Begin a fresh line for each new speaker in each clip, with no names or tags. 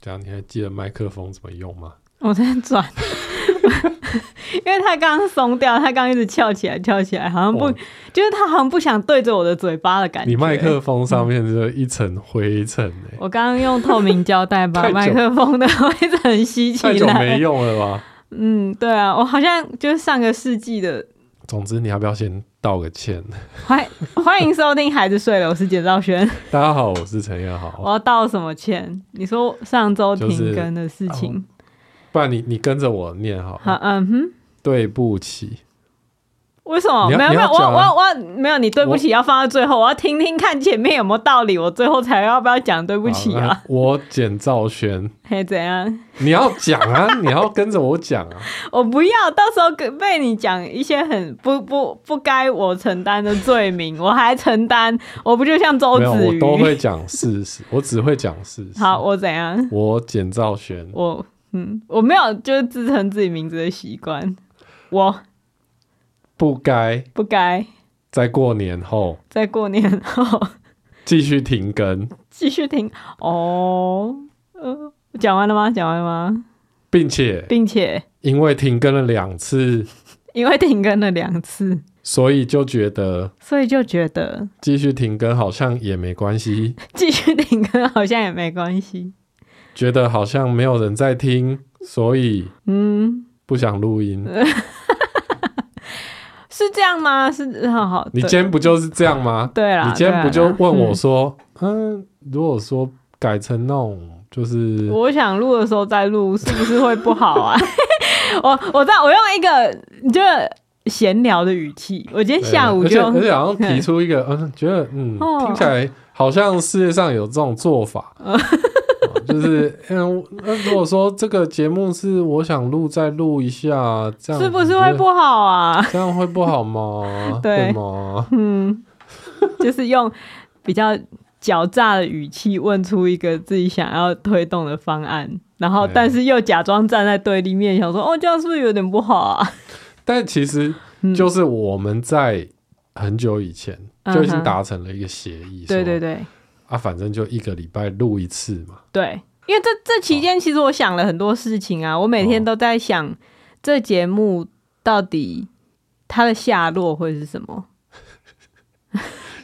这样你还记得麦克风怎么用吗？
我在转， 因为他刚刚松掉，他刚一直翘起来，翘起来，好像不
哇，
就是他好像不想对着我的嘴巴的感觉。
你麦克风上面这一层灰尘哎、
我刚刚用透明胶带把
太久
麦克风的灰尘吸 起
太久没
来。
用了吧？
嗯，对啊，我好像就是上个世纪的。
总之，你要不要先道个歉？
欢 欢迎收听《孩子睡了》，我是简兆 轩。
大家好，我是陈彦豪。
我要道什么歉？你说上周停更的事情？
不然你你跟着我念好了
好，嗯哼，
对不起，
为什么？
你要
没有
你
没
要
有，我
讲
我
啊
我我没有，你对不起要放到最后，我要听听看前面有没有道理，我最后才要不要讲对不起
好
啊？！
那我简兆轩，
嘿，怎样？
你要讲啊， 你要跟着我讲 啊。
我不要，到时候跟被你讲一些很不不不该我承担的罪名，我还承担，我不就像周
没有，
哦子
我
瑜？
都会讲事 实，我只会讲事实。
好，，我怎样？
我简兆轩，
我嗯，我没有就是自称自己名字的习惯，我
不该
不该
在过年后
在过年后
继续停更，
继续听哦。呃，讲完了吗？讲完了吗？
并且
并且
因为停更了两次，
因为停更了两次，
所以就觉得
所以就觉得
继续停更好像也没关 系，
继续停更好像也没关系。
觉得好像没有人在听，所以
嗯，
不想录音。
呃是这样吗？是好好，
你
对
今天不就是这样吗？
对啦，
你今天不就
对啦啊
问我说，嗯，如果说改成那种就是
我想录的时候再录，是不是会不好啊？ 我我在我用一个就是闲聊的语气，我今天
对啊
下午
而且
就
而且好像提
嗯
出一 个，嗯，觉得嗯，
哦
听起来好像世界上有这种做 法，哦就是嗯，那如果说这个节目是我想录再录一下，这样
是不
你
是
觉
会
得
不好啊？
这样会不好吗？
对
会吗？
嗯，就是用比较狡诈的语气问出一个自己想要推动的方案，然后
对
但是又假装站在对立面，想说哦这样是不是有点不好啊？
但其实
嗯
就是我们在很久以前
嗯哼
就已经达成了一个协议，
对对
对，
对
啊，反正就一个礼拜录一次嘛，
对，因为这这期间其实我想了很多事情啊，我每天
哦
都在想这节目到底它的下落会是什么？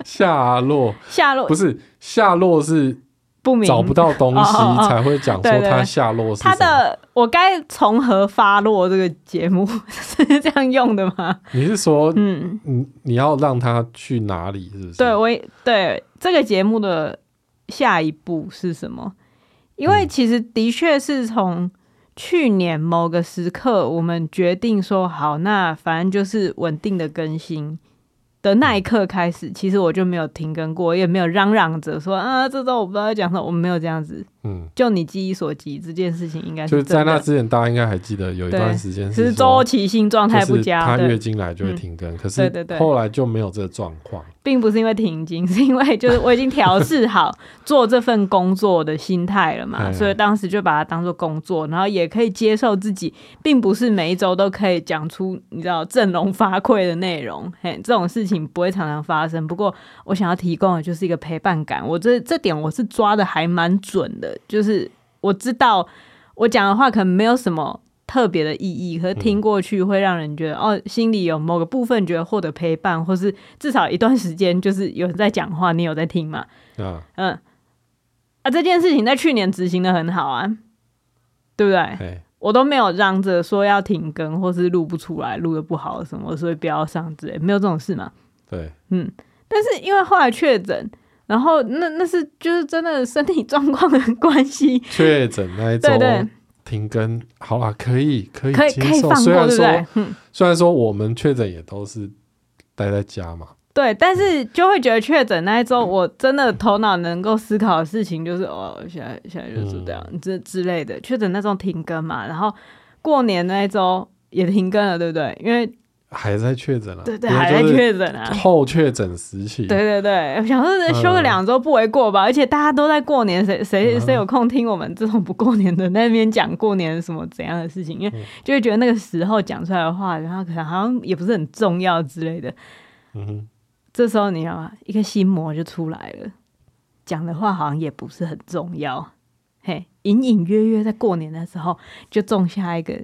下落
下落
不是下落是
不明，
找不到东西
哦哦哦
才会讲
对
说
对
它
对
下落是
它
什么。
的我该从何发落？这个节目 是这样用的吗？
你是说
嗯。
你你要让他去哪里？是不是？
对，我也对这个节目的下一步是什么？因为
嗯
其实的确是从去年某个时刻，我们决定说好，那反正就是稳定的更新的那一刻开始，其实我就没有停更过，也没有嚷嚷着说啊，这周我不知道要讲什么，我没有这样子。
嗯，
就你记忆所及，这件事情应该
就是是在
真
那
的。
之前，大家应该还记得有一
对
段时间
只是周
说，
期性状
就
态不
是
佳，
他
对。嗯
月经来就会停更，可
对
是
对对
后来就没有这个状况。
并不是因为停经， 是因为就是我已经调试好做这份工作的心态了嘛，
嗯
所以当时就把它当做工作，然后也可以接受自己，并不是每一周都可以讲出你知道振聋发聩的内容，嘿，这种事情不会常常发生。不过我想要提供的就是一个陪伴感，我这这点我是抓的还蛮准的，就是我知道我讲的话可能没有什么。特别的意义，可是听过去会让人觉得、哦，心里有某个部分觉得获得陪伴，或是至少一段时间，就是有人在讲话，你有在听嘛？
啊，
嗯，啊，这件事情在去年执行的很好啊，对不对？
哎，
我都没有嚷着说要停更，或是录不出来、录的不好什么，所以不要上之类，没有这种事嘛。嗯
对，
但是因为后来确诊，然后那那是就是真的身体状况的关系，
确诊那一周
对对，
停更，好啦，可以可以
可以
接
可以
受。
放
虽
过，
然
对不对
说？
嗯。
虽然说我们确诊也都是待在家嘛，
对，但是就会觉得确诊那一周，我真的头脑能够思考的事情就是，哦，现在现在就是
嗯
这样之、之类的。确诊那周停更嘛，然后过年那一周也停更了，对不对？因为
还在确诊啊，
对对
也
还在
就是
确诊 啊，
后确诊时期，
对对对，我想说休个
嗯
两周不为过吧。而且大家都在过年，谁谁
嗯
谁有空听我们这种不过年的那边讲过年什么怎样的事情？因为
嗯
就会觉得那个时候讲出来的话，然后可能好像也不是很重要之类的。
嗯哼，
这时候你知道吗？一个心魔就出来了，讲的话好像也不是很重要，嘿，隐隐约约在过年的时候就种下一个，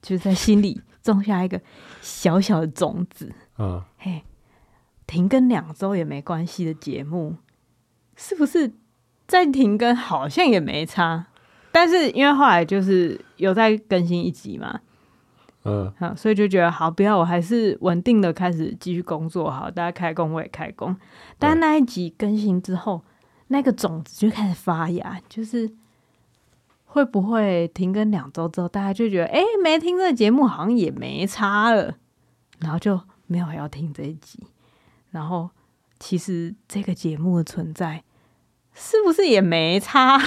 就是在心里种下一个小小的种子。
啊，
嘿，停更两周也没关系的节目，是不是再停更好像也没差？但是因为后来就是有在更新一集嘛，
嗯，
好，所以就觉得好，不要，我还是稳定的开始继续工作好，大家开工我也开工。但那一集更新之后，那个种子就开始发芽，就是会不会停更两周之后，大家就觉得哎、诶没听这个节目好像也没差了，然后就没有要听这一集。然后其实这个节目的存在是不是也没差？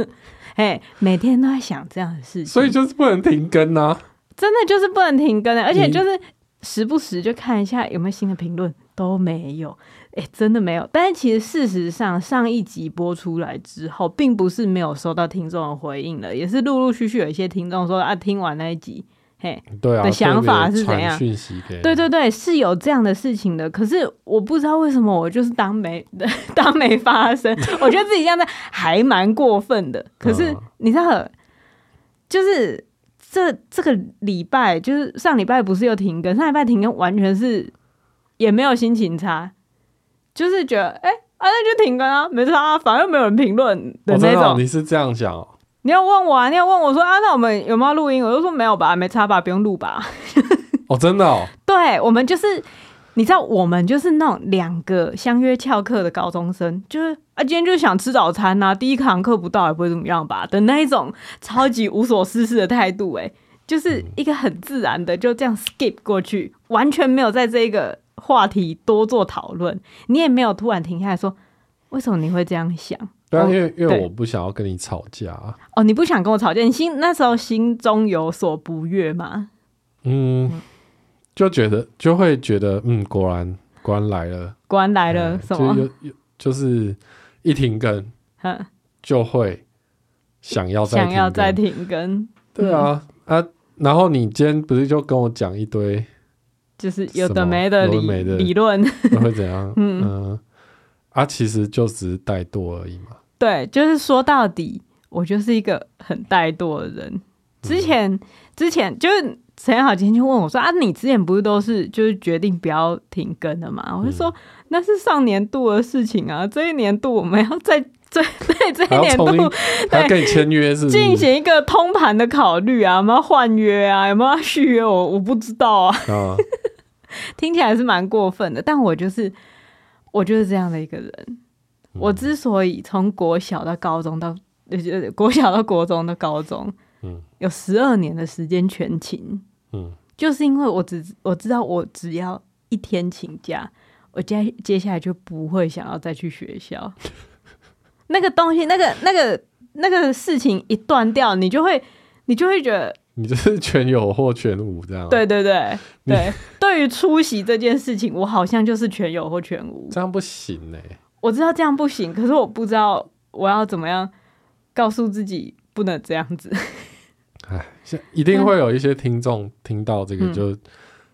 哎、每天都在想这样的事情，
所以就是不能停更啊。
真的就是不能停更的，欸而且就是时不时就看一下有没有新的评论，都没有，哎、真的没有。但是其实事实上，上一集播出来之后，并不是没有收到听众的回应了，也是陆陆续续有一些听众说啊，听完那一集，嘿，
对啊，
的想法
特别
是怎样
传讯息给你
对对对，是有这样的事情的。可是我不知道为什么，我就是当没 当没发生，我觉得自己这样子还蛮过分的。可是
嗯
你知道，就是这这个礼拜，就是上礼拜不是又停更，上礼拜停更完全是也没有心情差，就是觉得哎、啊那就停更啊，没差、啊，反正没有人评论的
哦
那
真的哦
种。
你是这样讲哦，
你要问我啊，你要问我说啊，那我们有没有录音？我就说没有吧，没差吧，不用录吧。
哦，真的 哦，
对我们就是，你知道，我们就是那种两个相约翘课的高中生，就是啊，今天就是想吃早餐呐、第一堂课不到也不会怎么样吧的那一种超级无所事事的态度、欸，就是一个很自然的就这样 skip 过去，完全没有在这个话题多做讨论，你也没有突然停下来说，为什么你会这样想？
对啊，
哦
因为因为
对
我不想要跟你吵架啊，
哦，你不想跟我吵架，你心那时候心中有所不悦吗？
嗯，就觉得就会觉得，嗯，果然果然来了，
果然来了、
嗯
什么
就？有有就是一停更
哼
就会想要再
想要
更
再停更，
对啊、啊，然后你今天不是就跟我讲一堆
就是有
什么
的没的
有的
理
没的
理论，
会怎样？嗯、啊，其实就只是怠惰而已嘛。
对，就是说到底，我就是一个很怠惰的人。
嗯
之前之前就是陈彦豪今天就问我说啊，你之前不是都是就是决定不要停更的嘛？我就
嗯
说、那是上年度的事情啊，这一年度我们要再再对这
还
一
要
年
重新
度，
还要跟你签约是不是？
进行一个通盘的考虑啊，有没有换约啊，有没有要续约我我不知道啊。
啊，
听起来是蛮过分的，但我就是我就是这样的一个人。
嗯
我之所以从国小到高中到呃就是 国小到国中到高中，
嗯
有十二年的时间全勤，
嗯，
就是因为我只我知道我只要一天请假，我接接下来就不会想要再去学 校。那个东西，那个那个那个事情一断掉，你就会你就会觉得
你就是全有或全无这样。，
对对对
啊 你
对，对于出席这件事情，我好像就是全有或全无。
这样不行欸嘞、
我知道这样不行，可是我不知道我要怎么样告诉自己不能这样子。
哎，现一定会有一些听众听到这个
嗯
就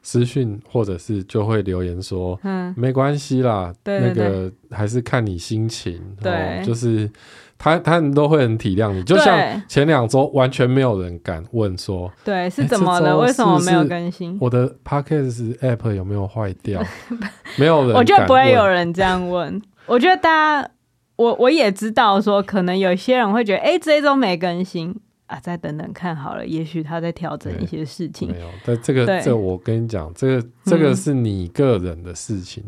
私讯，或者是就会留言说。
嗯，
没关系啦，
对对
那个还是看你心情。
对
哦、就是他他们都会很体谅你，就
对
像前两周完全没有人敢问说
对，是怎么
哎
了？
这周
为什么没有
是不是
更新？
我的 podcast app 有没有坏 掉，没有人敢问，
我觉得不会有人这样问。 我觉得大家，我我也知道说，可能有些人会觉得，哎、这一周没更新啊，再等等看好了，也许他在调整一些事情
没。有。但这个
对
这我跟你讲，这个这个是你个人的事情，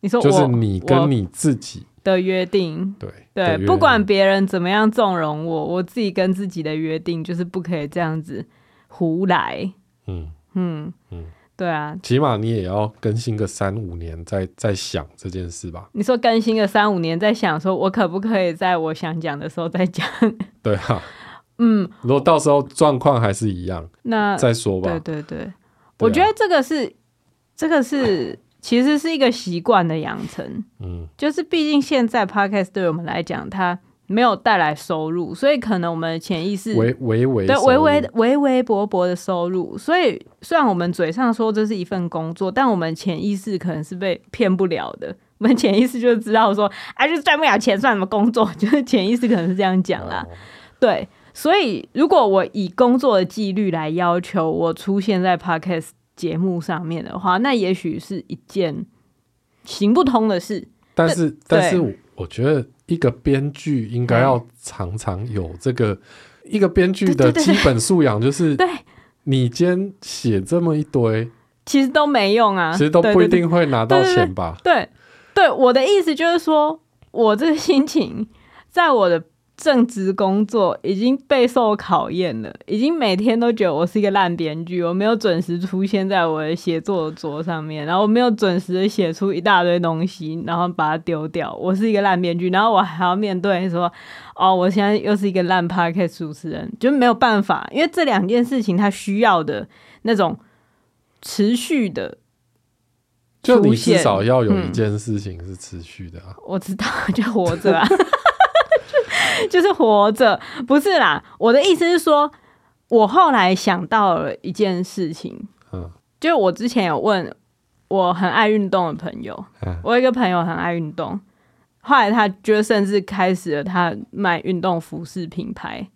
你说我
就是你
我
跟你自己
的约定，
对
对
的，原
不管
因
别人怎么样纵容我，我自己跟自己的约定就是不可以这样子胡来。
嗯，
嗯
嗯
对啊，
起码你也要更新个三五年再再想这件事吧。
你说更新个三五年，在想说我可不可以在我想讲的时候再讲？
对啊，
嗯，
如果到时候状况还是一样，
那
再说吧。
呃对对对，我觉
啊
得这个是这个是其实是一个习惯的养成，
嗯
就是毕竟现在 podcast 对我们来讲，它没有带来收入，所以可能我们的潜意识
微微微
对
收
微
入
微微微薄薄的收入，所以虽然我们嘴上说这是一份工作，但我们潜意识可能是被骗不了的。我 们潜意识就知道说，啊，就是赚不了钱，算什么工作？就是潜意识可能是这样讲啦。
哦
对，所以如果我以工作的纪律来要求我出现在 podcast 节目上面的话，那也许是一件行不通的事。
但是，但是我我觉得一个编剧应该要常常有这个，一个编剧的
对对对
基
对
本素养就是，
对，
你今天写这么一堆，
其实都没用啊，
其实都
对
不一
对对
定会拿到
对对对
钱吧？
对对，我的意思就是说，我这个心情在我的正职工作已经备受考验了，已经每天都觉得我是一个烂编剧，我没有准时出现在我的写作桌上面，然后我没有准时的写出一大堆东西，然后把它丢掉，我是一个烂编剧，然后我还要面对说，哦，我现在又是一个烂 podcast 主持人，就没有办法，因为这两件事情它需要的那种持续的
就你
出
至
现
少要有一
嗯
件事情是持续的啊。
我知道， 就活着啊，就就是活着，不是啦。我的意思是说，我后来想到了一件事情，
嗯
就是我之前有问我很爱运动的朋友，
嗯
我有一个朋友很爱运动，后来他就甚至开始了他卖运动服饰品牌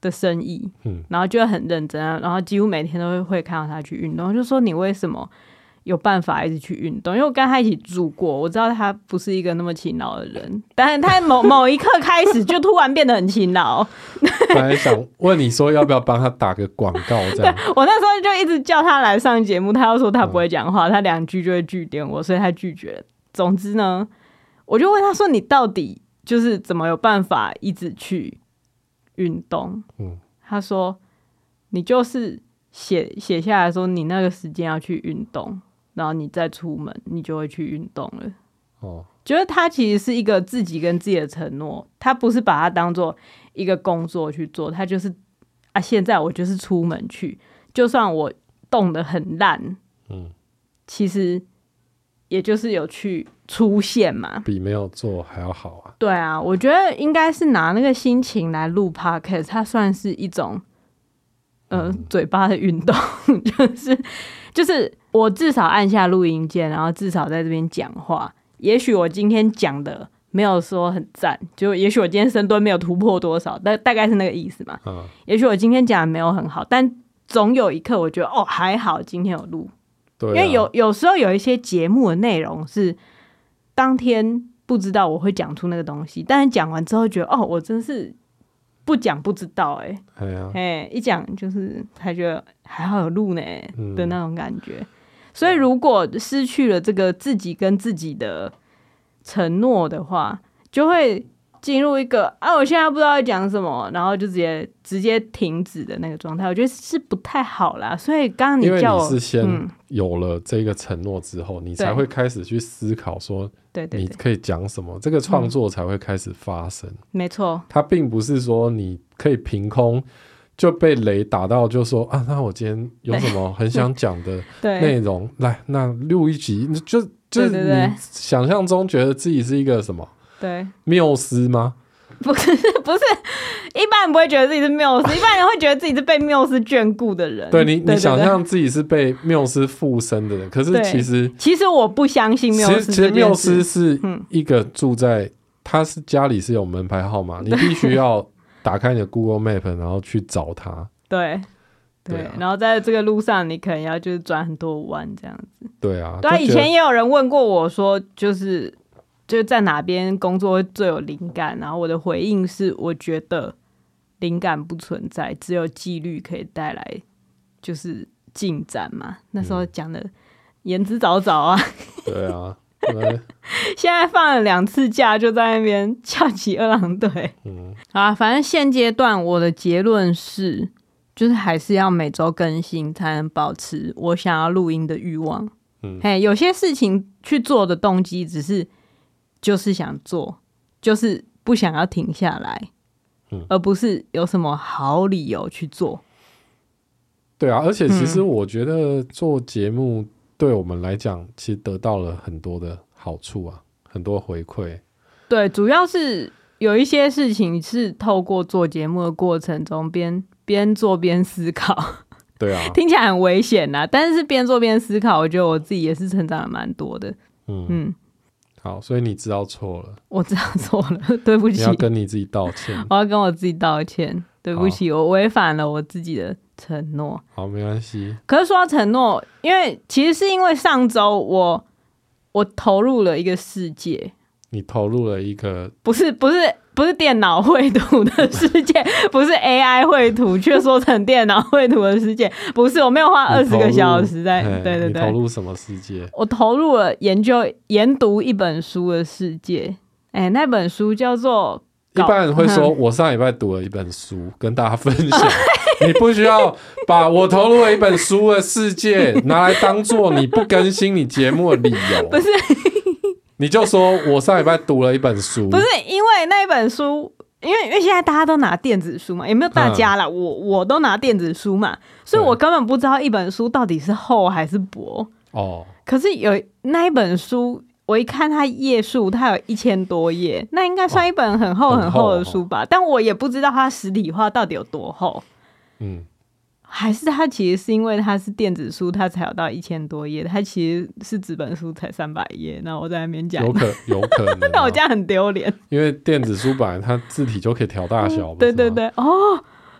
的生意，
嗯，
然后就很认真啊，然后几乎每天都会看到他去运动，我就说你为什么有办法一直去运动？因为我跟他一起住过，我知道他不是一个那么勤劳的人，但是他某 某一刻开始就突然变得很勤劳。
本来想问你说要不要帮他打个广告这 样，
我那时候就一直叫他来上节目，他又说他不会讲话，他两句就会拒点我，所以他拒绝了。总之呢，我就问他说：“你到底就是怎么有办法一直去运动？”
嗯
他说：“你就是写写下来说你那个时间要去运动，然后你再出门，你就会去运动了。”
哦，
觉得他其实是一个自己跟自己的承诺，他不是把它当做一个工作去做，他就是啊，现在我就是出门去，就算我动得很烂，
嗯，
其实也就是有去出现嘛。
比没有做还要好啊。
对啊，我觉得应该是拿那个心情来录 podcast，它算是一种呃嘴巴的运动， 就是就是我至少按下录音键，然后至少在这边讲话。也许我今天讲的没有说很赞，就也许我今天深蹲没有突破多少，但大概是那个意思嘛。
嗯，
也许我今天讲的没有很好，但总有一刻我觉得哦还好，今天有录
对、啊，
因为有有时候有一些节目的内容是当天不知道我会讲出那个东西，但是讲完之后觉得哦，我真是不讲不知道哎、
哎呀、
哎、一讲就是他觉得还好有录呢、
嗯
的那种感觉。所以如果失去了这个自己跟自己的承诺的话，就会进入一个啊，我现在不知道要讲什么，然后就直接直接停止的那个状态，我觉得是不太好啦。所以刚刚
因为
叫我
你是先
嗯
有了这个承诺之后，你才
对
会开始去思考说
对对
你
对，
可以讲什么，这个创作才会开始发生。
没错，
它并不是说你可以凭空就被雷打到，就说啊，那我今天有什 么很想讲的内
对
容，来那录一集，你就就是
对对对
你想象中觉得自己是一个什么
对，
缪斯吗？
不是一般人不会觉得自己是缪斯，一般人会觉得自己是被缪斯眷顾的人。
对你，你想。
对对
象自己是被缪斯附身的人，可是
对
其实
其实我不相信
其
缪
实
斯
其
这
实
件事，
缪斯是
嗯
一个住在，他是家里是有门牌号 码，你必须要打开你的 Google Map，然后去找他。
对
对
对
啊
然后在这个路上，你可能要就是转很多弯这样子。
对啊，
对啊，
就
以
觉得
前也有人问过我说，就是就是在哪边工作会最有灵感，然后我的回应是，我觉得灵感不存在，只有纪律可以带来就是进展嘛。那时
嗯
候讲的言之凿凿啊，
对啊，对，
现在放了两次假，就在那边翘起二郎腿。
嗯，
好啊，反正现阶段我的结论是，就是还是要每周更新，才能保持我想要录音的欲望。
嗯
嘿，有些事情去做的动机只是就是想做，就是不想要停下来，
嗯
而不是有什么好理由去做。
对啊，而且其
嗯
实我觉得做节目对我们来讲，其实得到了很多的好处啊，很多回馈。
对，主要是有一些事情是透过做节目的过程中边边做边思考。
对啊，
听起来很危险呐、但是边做边思考，我觉得我自己也是成长了蛮多的。
嗯，
嗯，
好，所以你知道错了，
我知道错了， 对不
你
起，
要跟你自己道歉。
我要跟我自己道歉，对不起，我违反了我自己的承诺。
好，没关系。
可是说到承诺，因为其实是因为上周我我投入了一个世界，
你投入了一个
不是不是不是电脑绘图的世界， 不是 AI 绘图，却说成电脑绘图的世界，不是，我没有花二
你
十
投入
个小时在
嘿，
对对
你投
对，
入什么世界？
我投入了研究研读一本书的世界，哎，那本书叫做
一
搞
般人 会说，我上礼拜读了一本书，跟大家分享。你不需要把我投入了一本书的世界拿来当做你不更新你节目的理 由。不是，你就说我上礼拜读了一本书，
不是因为那一本书，因为因为现在大家都拿电子书嘛，也没有大家
嗯
啦，我我都拿电子书嘛，所以我根本不知道一本书到底是厚还是薄。
哦，
可是有那一本书，我一看它页数，它有一千多页，那应该算一本很厚
哦
很厚的
很厚哦
书吧？但我也不知道它实体化到底有多厚，
嗯，
还是它其实是因为它是电子书，它才有到一千多页，它其实是纸本书才三百页。那我在那边讲
有，可有可能、
那
啊
我这，样很丢脸。
因为电子书版它字体就可以调大小、不
嗯对
是吗
对，对，哦，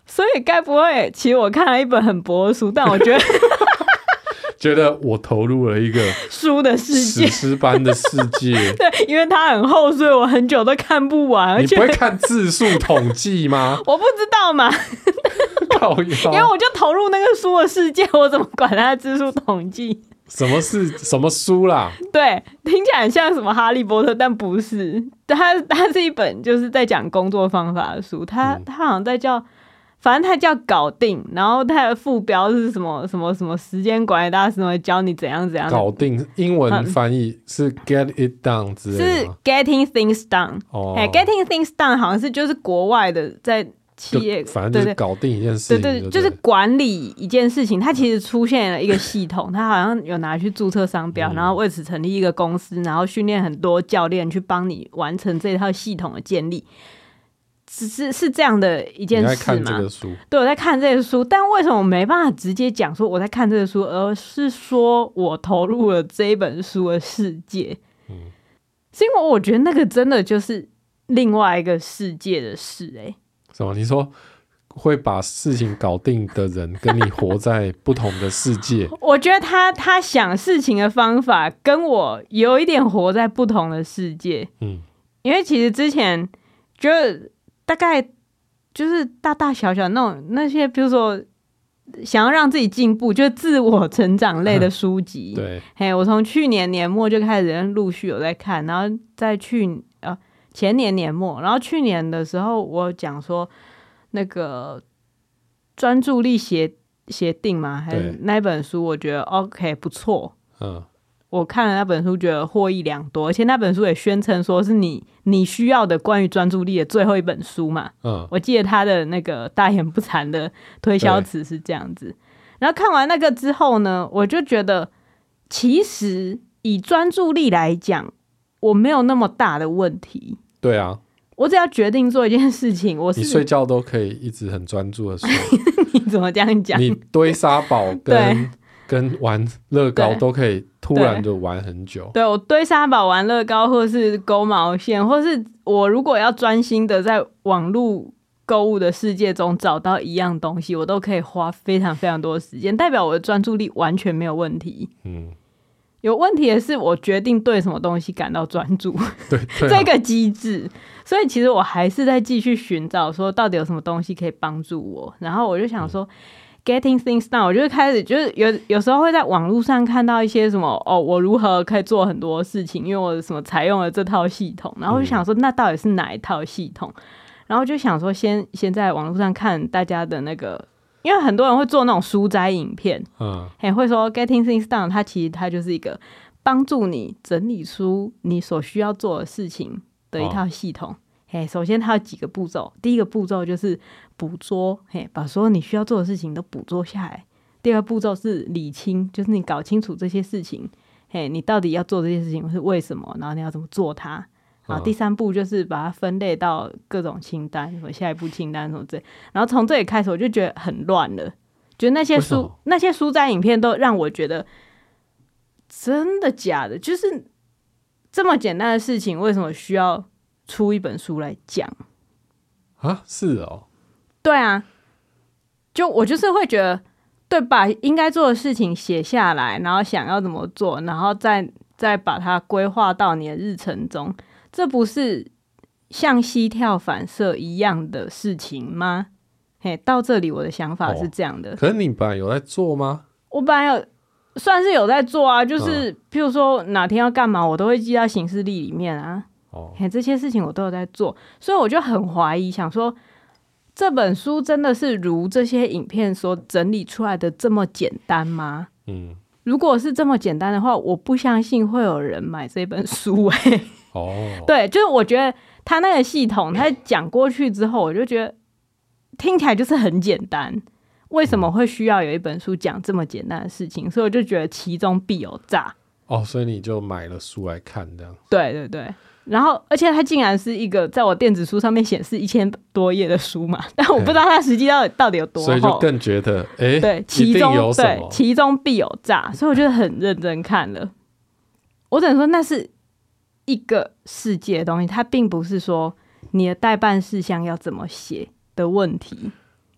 所以该不会，其实我看了一本很薄的书，但 我觉得
觉得我投入了一个
书的 世
史
界，。
诗般的世界
对，因为它很厚，所以我很久都看不完， 而
你
且？
不会看啊字数统计吗
我不知道嘛，
靠
因为
腰！
我就投入那个书的世界，我怎么管它的字数统计？
什么是什么书啦？
对，听起来很像什么《哈利波特》，但不是，它它是一本就是在讲工作方法的书，它
嗯
它好像在叫。反正它叫搞定，然后它的副标是什么什么什么时间管理大师，什么教你怎样怎样的
搞定，啊英文翻译
啊
是 get it done 之类
是
的吗？
getting things done。
哦
哎、g e t t i n g things done 好像是就是国外的在企业，
就反正就是
对
搞定一件
对
事情，
对
对
对，
了，
就是管理一件事情，它其实出现了一个系统，它好像有拿去注册商标，
嗯
然后为此成立一个公司，然后训练很多教练去帮你完成这套系统的建立，只是是这样的一件
你在
事
看这
嘛？
个书，
对，我在看这个书，但为什么我没办法直接讲说我在看这个书，而是说我投入了这一本书的世界？
嗯
是因为我觉得那个真的就是另外一个世界的事、欸，，
什么？你说会把事情搞定的人，跟你活在不同的世界
我觉得他他想事情的方法跟我有一点活在不同的世界，
嗯，
因为其实之前就是大概就是大大小小那种那些，比如说想要让自己进步，就是自我成长类的书籍，
对，
嘿，我从去年年末就开始陆续有在看，然后在去呃前年年末，然后去年的时候我讲说那个专注力协协定嘛，还
对
是那本书，我觉得 OK 不错。
嗯，
我看了那本书，觉得获益良多，而且那本书也宣称说是你你需要的关于专注力的最后一本书嘛。
嗯，
我记得他的那个大言不惭的推销词是这样子。然后看完那个之后呢，我就觉得，其实以专注力来讲，我没有那么大的问题。
对啊，
我只要决定做一件事情，我
你睡
是
觉都可以一直很专注的睡，
你怎么这样 讲？
你堆沙堡
对
跟跟玩乐高
对
都可以突然就玩很久，
对我堆沙堡、玩乐高，或是勾毛线，或是我如果要专心的在网络购物的世界中找到一样东西，我都可以花非常非常多的时间，代表我的专注力完全没有问题。
嗯，
有问题的是，我决定对什么东西感到专注、
对，对啊
这个机制，所以其实我还是在继续寻找，说到底有什么东西可以帮助我。然后我就想说。Getting things done，我就开始就是有有时候会在网络上看到一些什么哦，我如何可以做很多事情，因为我什么采用了这套系统，然后我就想说
嗯
那到底是哪一套系统？然后就想说先先在网络上看大家的那个，因为很多人会做那种书摘影片，
嗯，
嘿，会说 getting things done，它其实它就是一个帮助你整理出你所需要做的事情的一套系统。嘿，首先它有几个步骤，第一个步骤就是捕捉，嘿，把所有你需要做的事情都捕捉下来。第二个步骤是理清，就是你搞清楚这些事情，嘿，你到底要做这些事情是为什么，然后你要怎么做它。好，
嗯
第三步就是把它分类到各种清单，什么下一步清单什么之类。然后从这里开始，我就觉得很乱了，觉得那些
为什
书
么
那些书摘影片都让我觉得真的假的，就是这么简单的事情，为什么需要出一本书来讲？
啊，是哦，
对啊，就我就是会觉得，对，把应该做的事情写下来，然后想要怎么做，然后再再把它规划到你的日程中，这不是像膝跳反射一样的事情吗？嘿，到这里我的想法是这样的，
可是你本来有在做吗？
我本来有算是有在做啊，就是、譬如说哪天要干嘛，我都会记到行事历里面啊。
哦，
嘿，这些事情我都有在做，所以我就很怀疑，想说这本书真的是如这些影片所整理出来的这么简单吗？
嗯，
如果是这么简单的话，我不相信会有人买这本书、欸。哎，
哦，
对，就是我觉得他那个系统，他讲过去之后，我就觉得听起来就是很简单。为什么会需要有一本书讲这么简单的事情？所以我就觉得其中必有诈。
哦，所以你就买了书来看，这样
对对对，然后而且它竟然是一个在我电子书上面显示一千多页的书嘛， 但我不知道它实际到底到底有多
所以就
厚。
更觉得，哎、
对，
一
其
定
中
有什
对
么，
其中必有诈，所以我就很认真看了。我只能说那是一个世界的东西，它并不是说你的代办事项要怎么写的问题。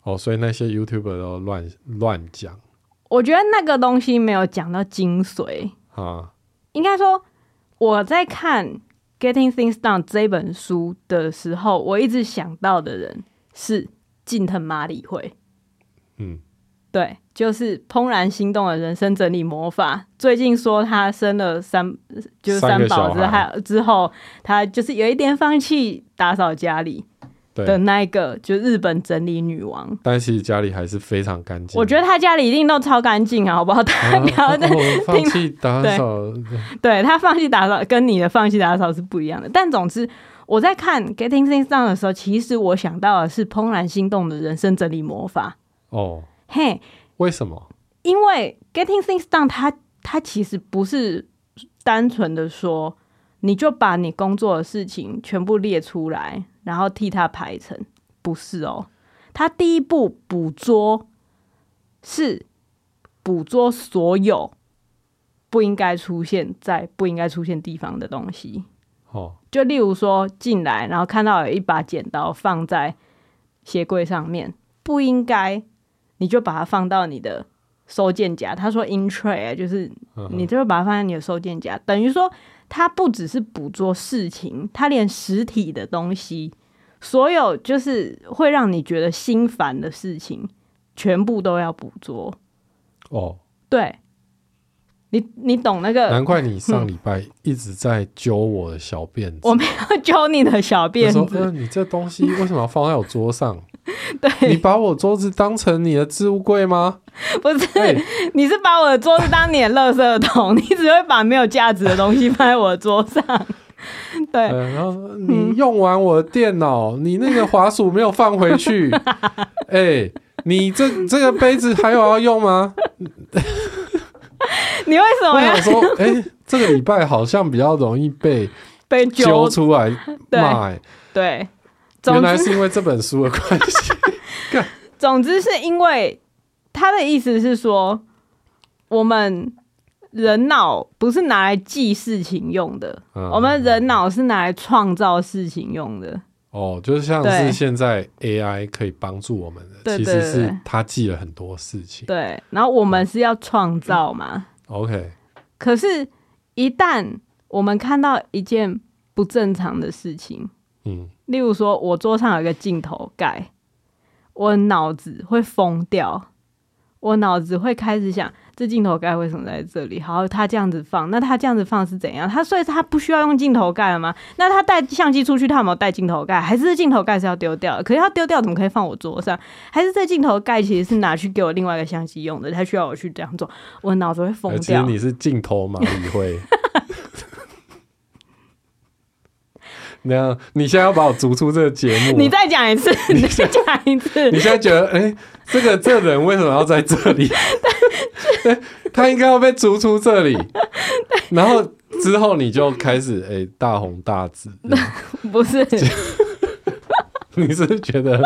哦，所以那些 YouTuber 都乱乱讲
我觉得那个东西没有讲到精髓，
啊，
应该说我在看《Getting Things Done》这本书的时候，我一直想到的人是近藤麻里惠，
嗯，
对，就是《怦然心动的人生整理魔法》。最近说她生了三，就是
三
三
个小
宝之后
孩
还之后，她就是有一点放弃打扫家里的
对，
那一个，就是日本整理女王。
但其实家里还是非常干净的。
我觉得她家里一定都超干净啊，好不好？大
啊，
家不 要再
我放弃打
对
扫，
对他放弃打扫跟你的放弃打扫是不一样的。但总之，我在看《Getting Things Done》的时候，其实我想到的是《怦然心动的人生整理魔法
哦，》。
嘿，
为什么？
因为《Getting Things Done》它它其实不是单纯的说，你就把你工作的事情全部列出来，然后替它排成，不是哦。它第一步捕捉是捕捉所有不应该出现在不应该出现地方的东西。
哦，
就例如说进来，然后看到有一把剪刀放在鞋柜上面，不应该，你就把它放到你的收件夹。他说 in tray，就是啊
嗯哼
你就会把它放在你的收件夹，等于说它不只是捕捉事情，它连实体的东西，所有就是会让你觉得心烦的事情，全部都要捕捉。
哦，
对，你你懂那个？
难怪你上礼拜一直在揪我的小辫子。
我没有 揪你的小
就
辫
说：“
子，
嗯，你这东西为什么要放在我桌上？
对，
你把我桌子当成你的置物柜 吗？
不是，
哎
你是把我的桌子当你的垃圾桶， 你只会把没有价值的东西放在我的桌上。对，
嗯，然后说你用完我的电脑，你那个滑鼠没有放回 去，哎、你这这个杯子还有要用吗？
你为什
我
么要
想说，哎、这个礼拜好像比较容易被
被
揪
揪？
出来
对
骂、哎
对，总
原来
之
是因为这本书的关系。
总之是因为他的意思是说，我们人脑不是拿来记事情用的，
嗯
我们人脑是拿来创造事情用的。
哦，就像
对
是现在 AI 可以帮助我们的，
对
其
对
实
对
是
对
它记了很多事情。
对，然后我们是要创造嘛。
OK，
可是，一旦我们看到一件不正常的事情，
嗯，
例如说我桌上有一个镜头盖，我脑子会疯掉，我脑子会开始想这镜头盖为什么在这里？好，它这样子放，那它这样子放是怎样？它所以它不需要用镜头盖了吗？ 那他带相机出去，他有没有带镜头盖？还是这镜头盖是要丢掉的？可是要丢掉怎么可以放我桌上？还是这镜头盖其实是拿去给我另外一个相机用的？他需要我去这样做，我脑子会疯
呃其实
掉。
你是镜头 马里会。 那你现在要把我逐出这个节目，
你再讲一次，你再讲一次
你，现在觉得，哎、这个这人为什么要在这里？哎他应该要被逐出这里。然后之后你就开始，哎、大红大紫。
不是。
你是不是觉得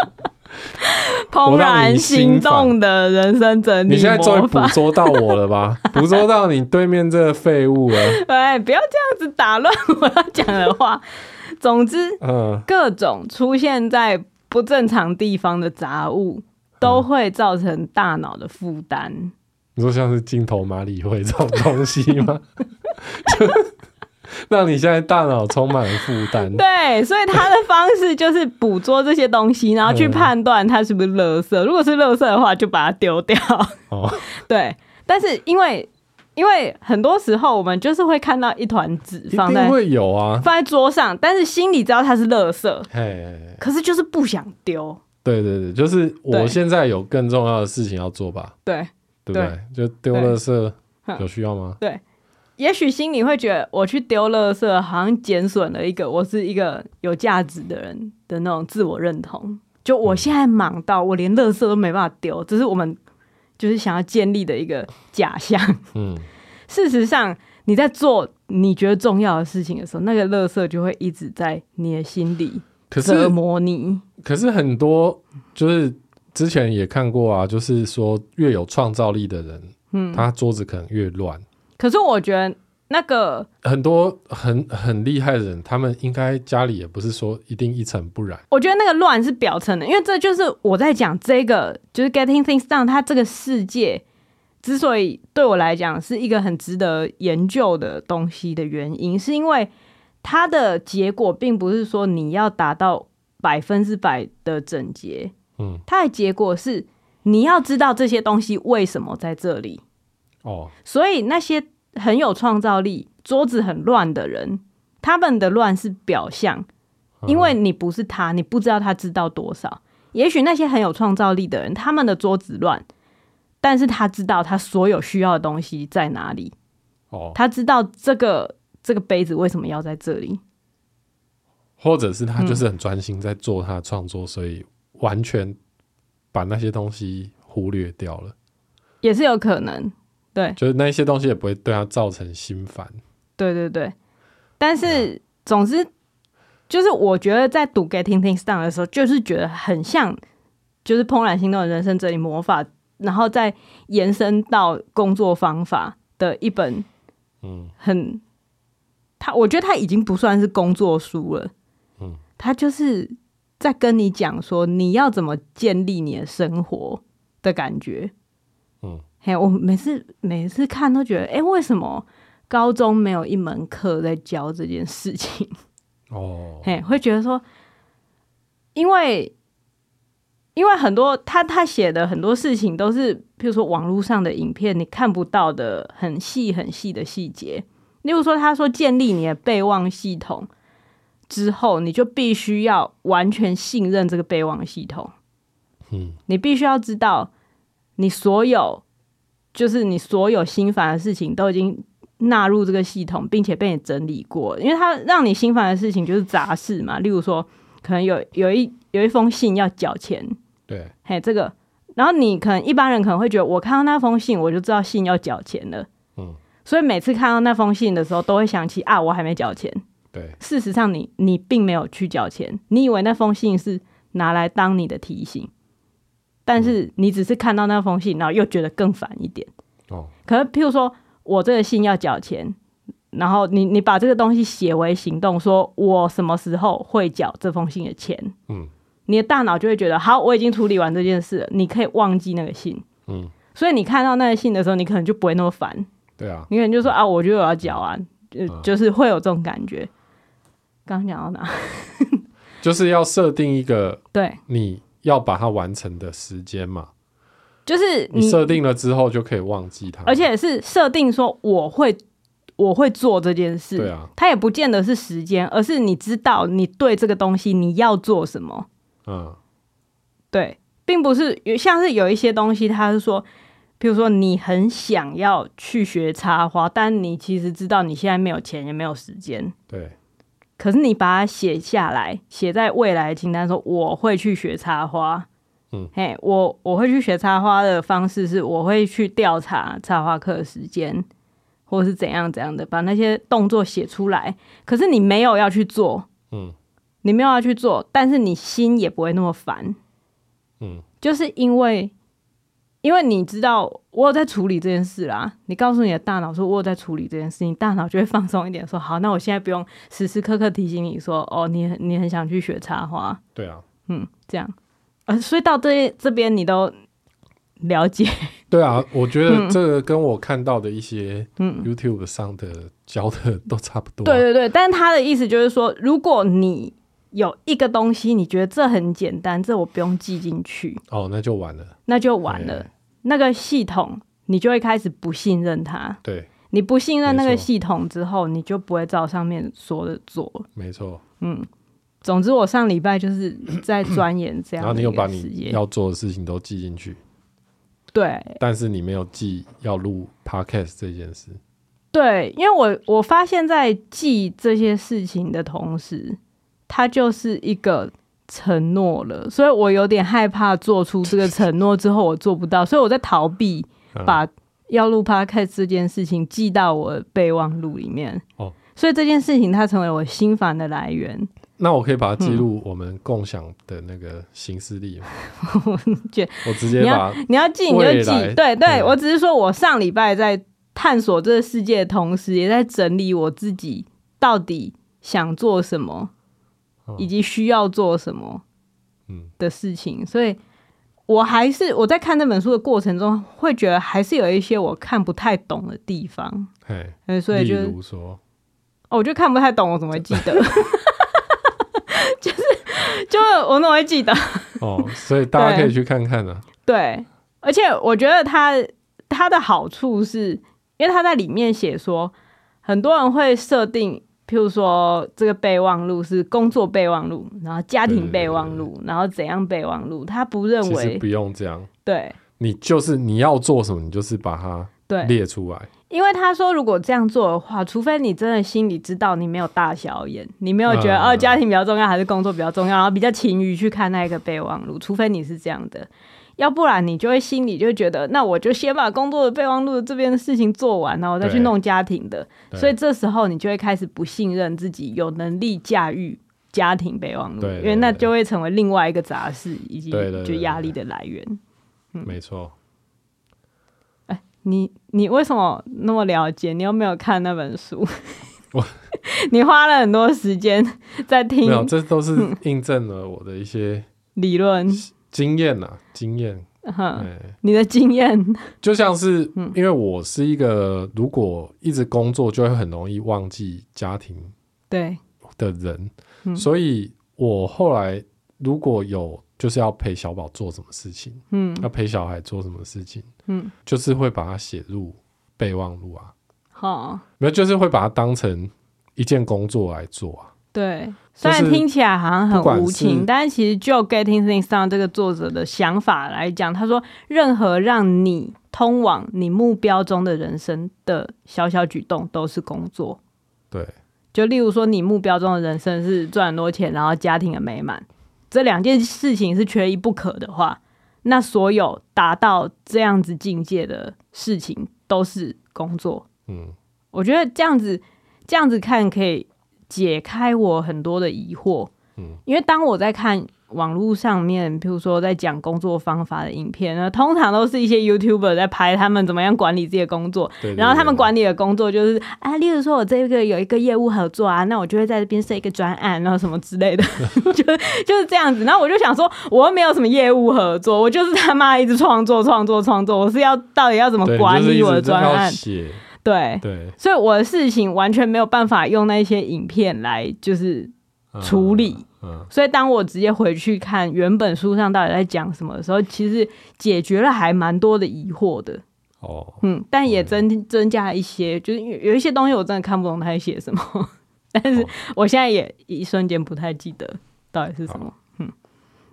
怦然心
我让你心
动的人生整理
你现在终于
魔
捕
法。
捉到我了吧？ 捕捉到你对面这个废物了。
哎，不要这样子打乱我要讲的话。 总之，
嗯，
各种出现在不正常地方的杂物，都会造成大脑的负担。
你说像是镜头马里会这种东西吗？ 就让你现在大脑充满了负担。
对，所以他的方式就是捕捉这些东西，然后去
嗯
判断它是不是垃圾。如果是垃圾的话，就把它丢掉。
哦，
对，但是因为因为很多时候我们就是会看到一团纸
一
放在
定会有啊。
放在桌上，但是心里知道它是垃圾，
嘿，
可是就是不想丢。
对对对，就是我
对
现在有更重要的事情要做吧，
对，
对不对？就丢垃
对
圾有需要吗？
也许心里会觉得我去丢垃圾，好像减损了一个我是一个有价值的人的那种自我认同。就我现在忙到我连垃圾都没办法丢，这是我们就是想要建立的一个假象。
嗯，
事实上，你在做你觉得重要的事情的时候，那个垃圾就会一直在你的心里
可是
折磨你。
可是很多就是之前也看过啊，就是说越有创造力的人，嗯，他桌子可能越乱。
可是我觉得那个
很多很很厉害的人，他们应该家里也不是说一定一尘不染。
我觉得那个乱是表层的，因为这就是我在讲这个，就是 Getting Things Done，它这个世界之所以对我来讲是一个很值得研究的东西的原因，是因为它的结果并不是说你要达到百分之百的整洁，
嗯，
它的结果是你要知道这些东西为什么在这里，
哦，
所以那些很有创造力、桌子很乱的人，他们的乱是表象，因为你不是他，你不知道他知道多少。也许那些很有创造力的人，他们的桌子乱，但是他知道他所有需要的东西在哪里，
哦，
他知道这个这个杯子为什么要在这里。
或者是他就是很专心在做他的创作，所以完全把那些东西忽略掉了，
也是有可能。对
就是那些东西也不会对他造成心烦。
对对对，但
啊
是总之就是我觉得在读《Getting Things Done》的时候，就是觉得很像，就是怦然心动的人生整理魔法，然后再延伸到工作方法的一本
嗯，
很，他我觉得他已经不算是工作书了，
嗯，
他就是在跟你讲说你要怎么建立你的生活的感觉，
嗯，
嘿，我每次每次看都觉得，哎、为什么高中没有一门课在教这件事情？
哦，
嘿，会觉得说，因为因为很多他他写的很多事情都是，譬如说网络上的影片你看不到的很细很细的细节，例如说他说建立你的备忘系统之后，你就必须要完全信任这个备忘系统，
嗯，
你必须要知道你所有就是你所有心烦的事情都已经。纳入这个系统，并且被你整理过，因为它让你心烦的事情就是杂事嘛，例如说，可能有有一有一封信要缴钱，
对，
嘿，这个，然后你可能一般人可能会觉得，我看到那封信，我就知道信要缴钱了，
嗯，
所以每次看到那封信的时候，都会想起啊，我还没缴钱。
对，
事实上你，你并没有去缴钱，你以为那封信是拿来当你的提醒，但是你只是看到那封信，然后又觉得更烦一点。
哦，
可是，譬如说我这个信要缴钱，然后你你把这个东西写为行动，说我什么时候会缴这封信的钱，
嗯，
你的大脑就会觉得好，我已经处理完这件事了，你可以忘记那个信。
嗯，
所以你看到那个信的时候，你可能就不会那么烦，
对啊，
你可能就说啊，我觉得我要缴啊，就
嗯
就是会有这种感觉。刚讲到哪？
就是要设定一个
对，
你要把它完成的时间嘛，
就是
你设定了之后就可以忘记它，
嗯而且是设定说我会我会做这件事，
对啊
它也不见得是时间，而是你知道你对这个东西你要做什么，
嗯，
对，并不是有像是有一些东西，它是说，比如说你很想要去学插花，但你其实知道你现在没有钱也没有时间，
对，
可是你把它写下来，写在未来的清单说我会去学插花。
嗯，
嘿、我我会去学插花的方式是，我会去调查插花课的时间，或是怎样怎样的，把那些动作写出来。可是你没有要去做，
嗯
你没有要去做，但是你心也不会那么烦。
嗯，
就是因为因为你知道我有在处理这件事啦，你告诉你的大脑说我有在处理这件事，你大脑就会放松一点说，好，那我现在不用时时刻刻提醒你说哦，你很你很想去学插花，
对啊，
嗯，这样，呃，所以到这这边你都了解，
对啊，我觉得这个跟我看到的一些
嗯，
YouTube 上的教的都差不多、
对，对对，但他的意思就是说，如果你有一个东西，你觉得这很简单，这我不用记进去，
哦，那就完了。
那就完了。那个系统，你就会开始不信任它。
对，
你不信任那
没
个
错
系统之后，你就不会照上面说的做。
没错。
总之，我上礼拜就是在钻研这
然
样
后
的
你
一
有
个
把
实
你
验。嗯
要做的事情都记进去，
对
但是你没有记要录 Podcast 这件事。
对，因为我我发现，在记这些事情的同时，它就是一个承诺了，所以我有点害怕做出这个承诺之后我做不到，所以我在逃避
嗯
把要录 podcast 这件事情记到我的备忘录里面。
哦，
所以这件事情它成为我心烦的来源，
那我可以把它记
嗯
录我们共享的那个行事历 吗？
觉
我直接把
你要记你就
未
记
来，
对对，
嗯
我只是说我上礼拜在探索这个世界的同时，也在整理我自己到底想做什么，
嗯
以及需要做什么
嗯
的事情，所以。我还是我在看这本书的过程中，会觉得还是有一些我看不太懂的地方，
嘿，
嗯，所以
例
就
如说，
哦，我就看不太懂，我怎么会记得？ 就是 就我怎么会记得？
哦，所以大家可以去看看 啊。
对，而且我觉得它它的好处是，因为它在里面写说，很多人会设定，譬如说这个备忘录是工作备忘录，然后家
对对
庭
对
备忘录，然后怎样备忘录，他不啊认
其实
为
不用这样，
对
你就是你要做什么，你就是把它
对，
列出来。
因为他说，如果这样做的话，除非你真的心里知道你没有大小眼，你没有觉得、
嗯
哦家庭比较重要还是工作比较重要，然后比较勤于去看那个备忘录，除非你是这样的，要不然你就会心里就会觉得，那我就先把工作的备忘录这边的事情做完，然后我再去
对
弄家庭的，
对
所以这时候你就会开始不信任自己有能力驾驭。家庭备忘录，
对对
因为那
对
就会成为另外一个杂事，以及
对对对
就
对
压力的来源。嗯
没错，
你你为什么那么了解？你又没有看那本书
我，
你花了很多时间在
没
听
有，这都是
嗯
印证了我的一些
理论，
经验啊，经 验。
嗯哼，
哎，
你的经验，
就像是
嗯
因为我是一个如果一直工作就会很容易忘记家庭
对，
的人，
嗯
所以我后来如果有就是要陪小宝做什么事情，
嗯
要陪小孩做什么事情，
嗯，
就是会把它写入备忘录啊，
好，
没有，就是会把它当成一件工作来做啊。
对。
就
虽
是
然听起来好像
不
很
管
无情，
是
但是其实就《Getting Things Done》这个作者的想法来讲，他说，任何让你通往你目标中的人生的小小举动都是工作。
对，
就例如说，你目标中的人生是赚很多钱，然后家庭的美满，这两件事情是缺一不可的话，那所有达到这样子境界的事情都是工作。
嗯，
我觉得这样子这样子看可以解开我很多的疑惑。
嗯，
因为当我在看网络上面，譬如说在讲工作方法的影片呢，通常都是一些 YouTuber 在拍他们怎么样管理自己的工作，
对
然后他们管
理
理的工作就是啊，例如说我这个有一个业务合作啊，那我就会在这边设一个专案，然后什么之类的， 就就是这样子。然后我就想说，我又没有什么业务合作，我就是他妈一直创作、创作、创作，我是要到底要怎么管理我的专案？
写，
对，
对，
所以我的事情完全没有办法用那些影片来就是
嗯
处理。
嗯，
所以当我直接回去看原本书上到底在讲什么的时候，其实解决了还蛮多的疑惑的。
哦，
嗯，但也增增加了一些，就是有有一些东西我真的看不懂他在写什么， 但是
哦
我现在也一瞬间不太记得到底是什
哦
么。嗯，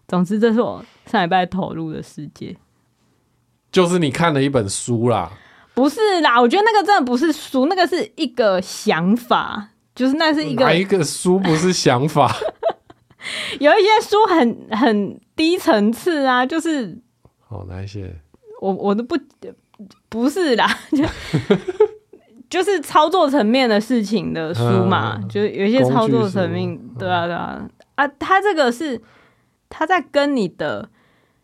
总之这是我上礼拜投入的世界，
就是你看了一本书啦，
不是啦，我觉得那个真的不是书，那个是一个想法，就是那是一个
哪一个书不是想法？
有一些书很很低层次啊，就是
哦，哪一些？
我我都不不是啦， 就就是操作层面的事情的书嘛，
嗯
就是有一些
工具
操作
书
层面，对啊对啊啊，他这个是他在跟你的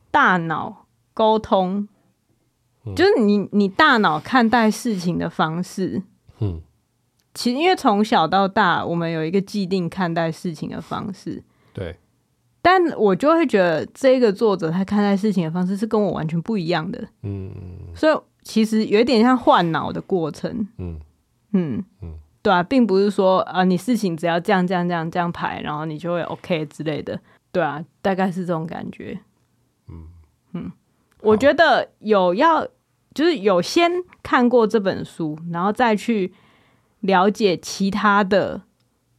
大脑沟通，就是你你大脑看待事情的方式。
嗯，
其实因为从小到大，我们有一个既定看待事情的方式，
对，
但我就会觉得这个作者他看待事情的方式是跟我完全不一样的，
嗯
所以其实有一点像换脑的过程。
嗯
嗯
嗯，
对啊，并不是说啊、你事情只要这样这样这样这样排，然后你就会 OK 之类的，对啊，大概是这种感觉。
嗯
我觉得有要就是有先看过这本书，然后再去了解其他的，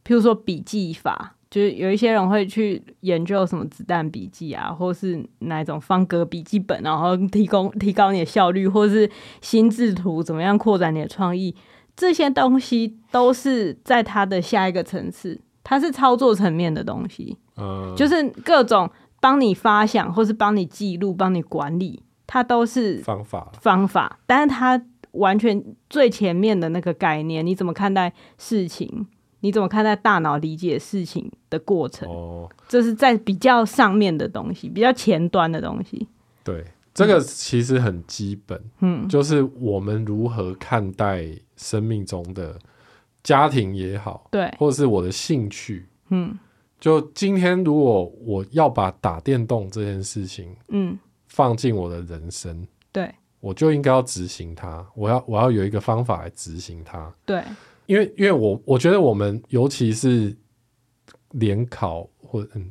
譬如说笔记法，就是有一些人会去研究什么子弹笔记啊，或是哪一种方格笔记本，然后提供提高你的效率，或是心智图怎么样扩展你的创意，这些东西都是在它的下一个层次，它是操作层面的东西。
呃，
就是各种帮你发想，或是帮你记录、帮你管理，它都是
方法
方法，但是它完全最前面的那个概念，你怎么看待事情，你怎么看待大脑理解事情的过程，
哦，
这是在比较上面的东西，比较前端的东西。
对，这个其实很基本，
嗯
就是我们如何看待生命中的家庭也好，
对，
或是我的兴趣。
嗯
就今天，如果我要把打电动这件事情
嗯，
放进我的人生，
对
我就应该要执行它。我要我要有一个方法来执行它，
对，
因为因为我我觉得我们尤其是联考或嗯，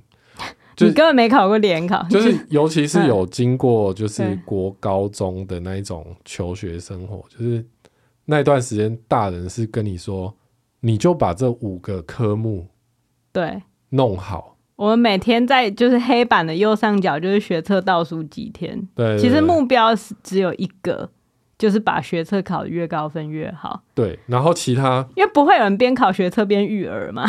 就
你
是
根本没考过联考，
就是尤其是有经过就是
嗯对
国高中的那一种求学生活，就是那段时间大人是跟你说，你就把这五个科目
对。
弄好。
我们每天在就是黑板的右上角就是学测倒数几天，
对，对
其实
对
目标是只有一个，就是把学测考得越高分越好，
对，然后其他
因为不会有人边考学测边育儿 嘛。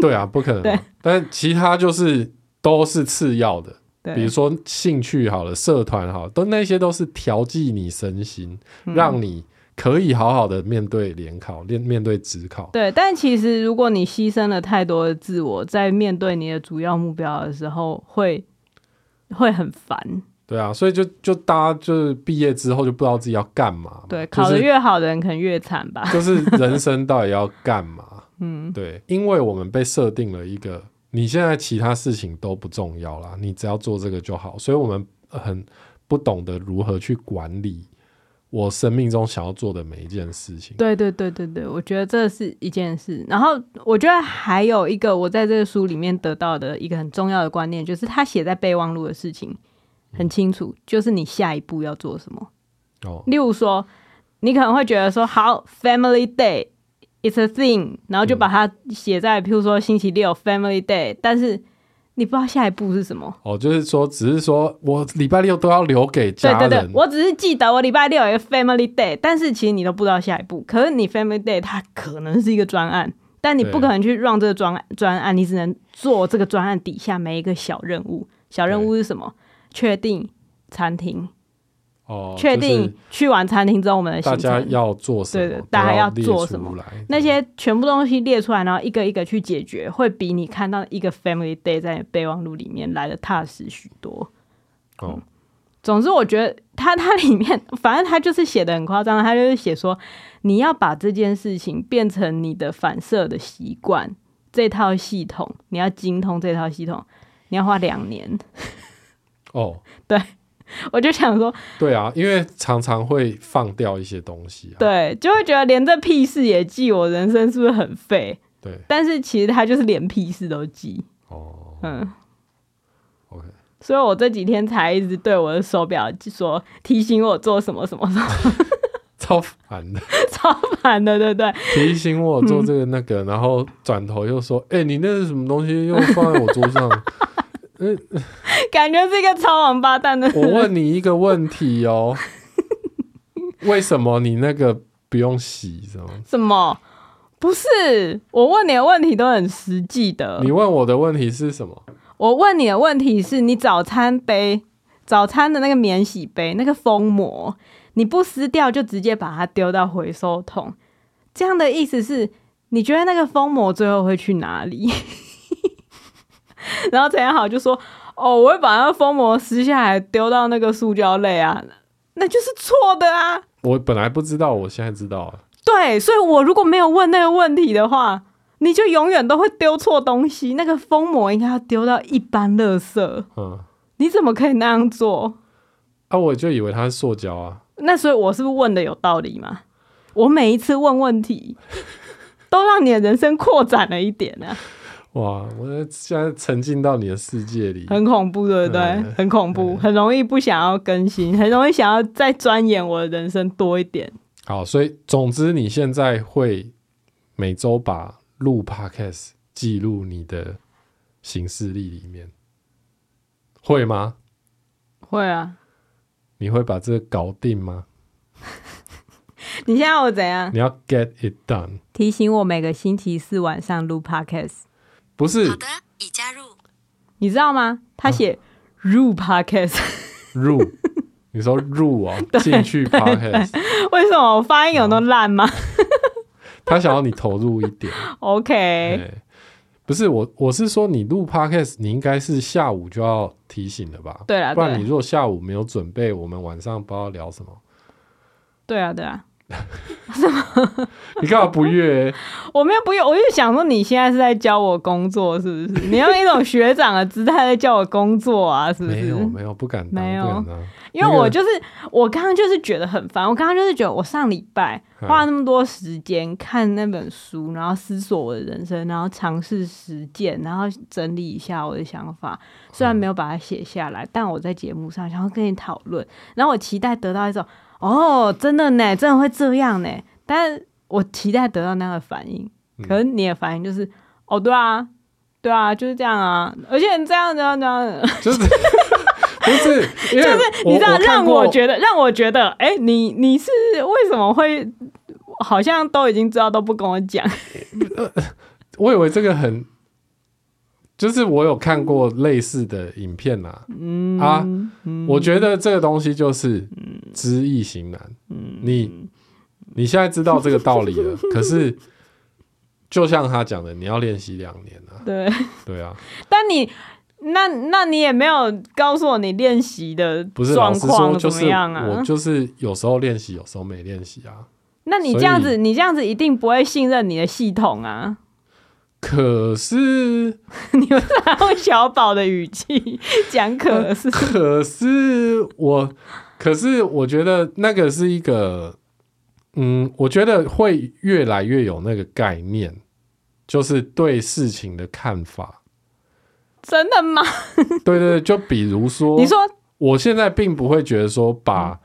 对啊，不可能
对
嘛。但其他就是都是次要的，比
对
如，说兴趣好了，社团好了，都那些都是调剂你身心，
嗯
让你可以好好的面对联考，面面对职考。
对，但其实如果你牺牲了太多的自我，在面对你的主要目标的时候，会会很烦。
对啊，所以就就大家就是毕业之后就不知道自己要干嘛嘛，
对，
就
考得
是
越好的人可能越惨吧。
就是人生到底要干嘛？
嗯，
对，因为我们被设定了一个，你现在其他事情都不重要啦，你只要做这个就好，所以我们很不懂得如何去管理我生命中想要做的每一件事情。
对对对对对，我觉得这是一件事。然后我觉得还有一个我在这个书里面得到的一个很重要的观念，就是他写在备忘录的事情很清楚，就是你下一步要做什么。
哦，
例如说，你可能会觉得说，好，Family Day it's a thing，然后就把它写在，譬如说星期六 Family Day，但是你不知道下一步是什么。
哦，就是说，只是说我礼拜六都要留给
对
家
对
人。
对，我只是记得我礼拜六有一个 Family Day，但是其实你都不知道下一步。可是你 Family Day 它可能是一个专案，但你
对
不可能去让这个专案专案，你只能做这个专案底下每一个小任务。小任务是什么？确定餐厅，
哦，
确
就
定
是
去完餐厅之后我们的
大
行
家
程。
要做什么，
对对大家
都要
要做什么
列出来
那些全部东西列出来，然后一个一个去解决，会比你看到一个 Family Day 在你备忘录里面来的踏实许多。
哦，
总之，我觉得他 他里面，反正他就是写的很夸张，他就是写说，你要把这件事情变成你的反射的习惯，这套系统你要精通这套系统，你要花两年。
哦，
我就想说，
对啊，因为常常会放掉一些东西啊。
对，就会觉得连这屁事也记，我人生是不是很废？
对，
但是其实他就是连屁事都记，
哦
嗯。
，OK，
所以我这几天才一直对我的手表说提醒我做什么什 么什么，
超烦的，
超烦的，对不对？
提醒我做这个那个，然后转头又说：“哎、你那是什么东西又放在我桌 上？
感觉是一个超王八蛋的
我问你一个问题哦，为什么你那个不用洗？什么？
什么？不是，我问你的问题都很实际的
你。问我的问题是什么？
我问你的问题是你早餐杯、早餐的那个免洗杯、那个封膜，你不撕掉就直接把它丢到回收桶。这样的意思是，你觉 得那个封膜最后会去哪里？然后陈彦豪就说：“哦，我会把那封膜撕下来丢到那个塑胶类啊，那就是错的啊。
我本来不知道，我现在知道了。
对，所以我如果没有问那个问题的话，你就永远都会丢错东西。那个封膜应该要丢到一般垃圾，
嗯，
你怎么可以那样做？
啊，我就以为它是塑胶啊。
那所以我是不是问的有道理嘛？我每一次问问题，都让你的人生扩展了一点 啊，
哇，我现在沉浸到你的世界里。
很恐怖，对不对？
嗯
很恐怖，很容易不想要更新，很容易想要再钻研我的人生多一点。
好，所以总之你现在会每周把录 podcast 记录你的行事历里面，会吗？
会啊，
你会把这个搞定吗？
你现在要我怎样
你要 get it done，
提醒我每个星期四晚上录 podcast？
不是
好的，已加入。
你知道吗？
嗯
他写入 podcast，
入，你说入哦，进去 podcast，
为什么我发音有那么烂吗
他想要你投入一点。
？OK，
哎，不是我，我是说你录 podcast，你应该是下午就要提醒了吧？
对啦啊
不
对
然
啦
你如果下午没有准备，我们晚上不知道聊什么。
对啊，对啊，
你干嘛不悦、
我没有不用，我就想说你现在是在教我工作，是不是？你用一种学长的姿态在教我工作啊， 是不是？
没有没有，不敢当，
没有
不敢当。
因为
那个
我就是我刚刚就是觉得很烦，我刚刚就是觉得我上礼拜
嗯
花了那么多时间看那本书，然后思索我的人生，然后尝试实践，然后整理一下我的想法。虽然没有把它写下来，但我在节目上想要跟你讨论，然后我期待得到一种哦，真的呢，真的会这样呢，但我期待得到那样的反应，
嗯
可是你的反应就是、哦，对啊。对啊，就是这样啊，而且这样这样这样，
就是 不是，因为
就是
我
你知道，让我
我得
觉得，让我觉得，哎、你你是为什么会好像都已经知道都不跟我讲？
我以为这个很，就是我有看过类似的影片啦、
嗯
啊，我觉得这个东西就是知易行难。
嗯
你你现在知道这个道理 了，可是就像他讲的，你要练习两年 啊，
对，
对啊，
但你那那你也没有告诉我你练习的
不是
状
老实
况
说，就
怎么
是
样
我
啊？
就是有时候练习，有时候没练习啊。
那你这样子，你这样子一定不会信任你的系统啊！
可是，
然后小宝的语气讲可
呃
是，
可是我，可是我觉得那个是一个，嗯，我觉得会越来越有那个概念，就是对事情的看 法。
真的吗？
对对对，就比如说，
你说
我现在并不会觉得说把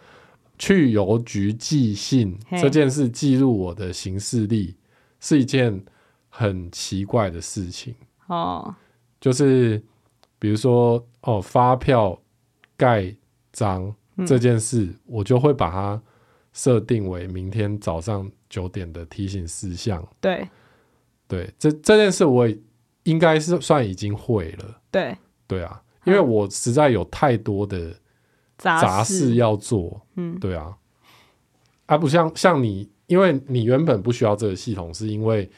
去邮局寄信
嗯嘿
这件事记录我的行事历是一件很奇怪的事情，
哦，
就是比如说哦，发票盖章
嗯
这件事，我就会把它设定为明天早上九点的提醒事项。
对
对，这这件事我也应该是算已经会了，
对，
对啊，因为我实在有太多的。
杂
杂事要做，
嗯
对啊，啊，不像像你，因为你原本不需要这个系统，是因为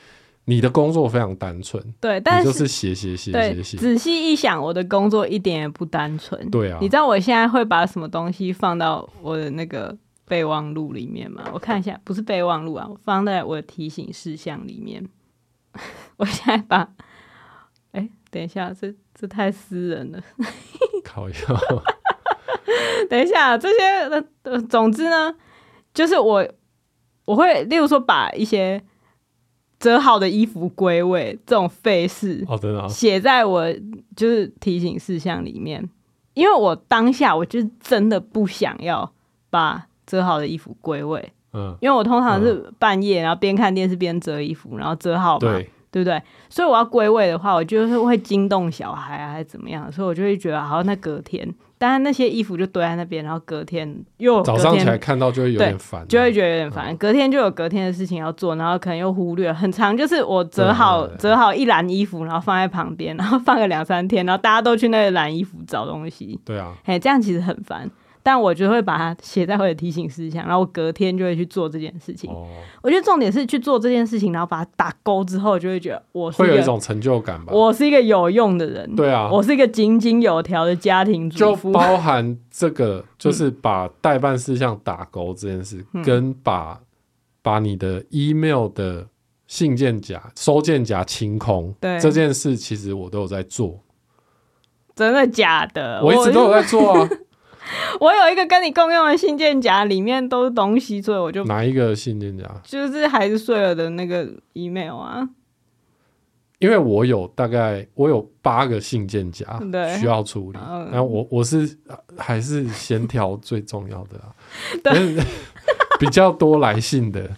你的工作非常单纯，
对，但
你就是是写写写
对，
写写，
仔细一想，我的工作一点也不单纯。、
对啊
你，知道我现在会把什么东西放到我的那个备忘录里面吗？我看一下，不是备忘录啊，我放在我的提醒事项里面。 我现在把，哎、等一下，这这太私人了。
考验
等一下，这些呃呃，总之呢，就是我我会，例如说把一些折好的衣服归位这种费事，
哦，真的啊，
写在我就是提醒事项里面，因为我当下我就是真的不想要把折好的衣服归位，
嗯，
因为我通常是半夜，然后边看电视边折衣服，然后折好嘛，
对，
对不对？所以我要归位的话，我就是会惊动小孩啊，还是怎么样，所以我就会觉得好，那隔天，当然那些衣服就堆在那边，然后隔天又
早
哦隔
上
天
起来看到就会有
对
点烦啊，
就会觉得有点烦，隔天就有隔天的事情要做，然后可能又忽略，很长就是我折好
对对对
折好一篮衣服，然后放在旁边，然后放个两三天，然后大家都去那个篮衣服找东西，
对啊，
哎，这样其实很烦。但我就会把它写在我的提醒事项，然后我隔天就会去做这件事情。
哦，
我觉得重点是去做这件事情，然后把它打勾之后，就会觉得我是
会有一
个
种成就感吧？
我是一个有用的人，
对啊，
我是一个井井有条的家庭主
就
妇。
包含这
嗯
个，就是把代办事项打勾这件事，跟把把你的 email 的信件夹、收件夹清空，
对
这件事，其实我都有在做，
真的假的？
我一直都有在做 啊。
我有一个跟你共用的信件夹，里面都是东西，所以我就
哪一个信件夹？
就是还是睡了的那个 email 啊。
因为我有大概我有八个信件夹
对
需要处理，
嗯
然后我我是呃还是先挑最重要的啊，
对
但是 比较多来信的，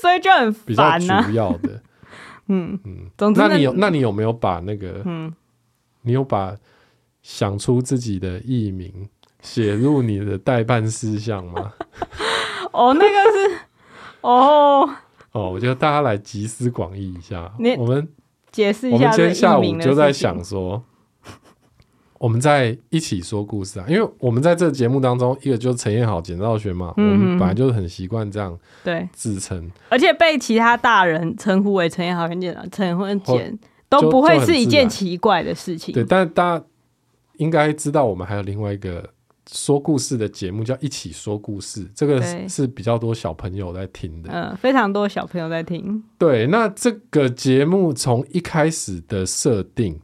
所以就很
比较
烦啊
主
呐、
要 的。
嗯
嗯，
总之
那
呢
你有那你有没有把那个
嗯，
你有把想出自己的艺名写入你的代办事项吗？
哦，那个是 哦，
哦，我觉得大家来集思广益一下
你，
我们
解释
我们
一
今
下这
天下
个
午
艺名的
就在
事情
想说，我们在一起说故事啊，因为我们在这节目当中，一个就是陈彦豪、简兆轩嘛，
嗯
我
嗯
们本来就是很习惯这样
对，
自称，
而且被其他大人称呼为陈彦豪跟简陈婚简都
就
不会
就很
是一
自
件
然
奇怪的事情。
对，但大家应该知道，我们还有另外一个说故事的节目叫《一起说故事》，这个
对
是比较多小朋友在听的。
嗯，非常多小朋友在听，
对，那这个节目从一开始的设定，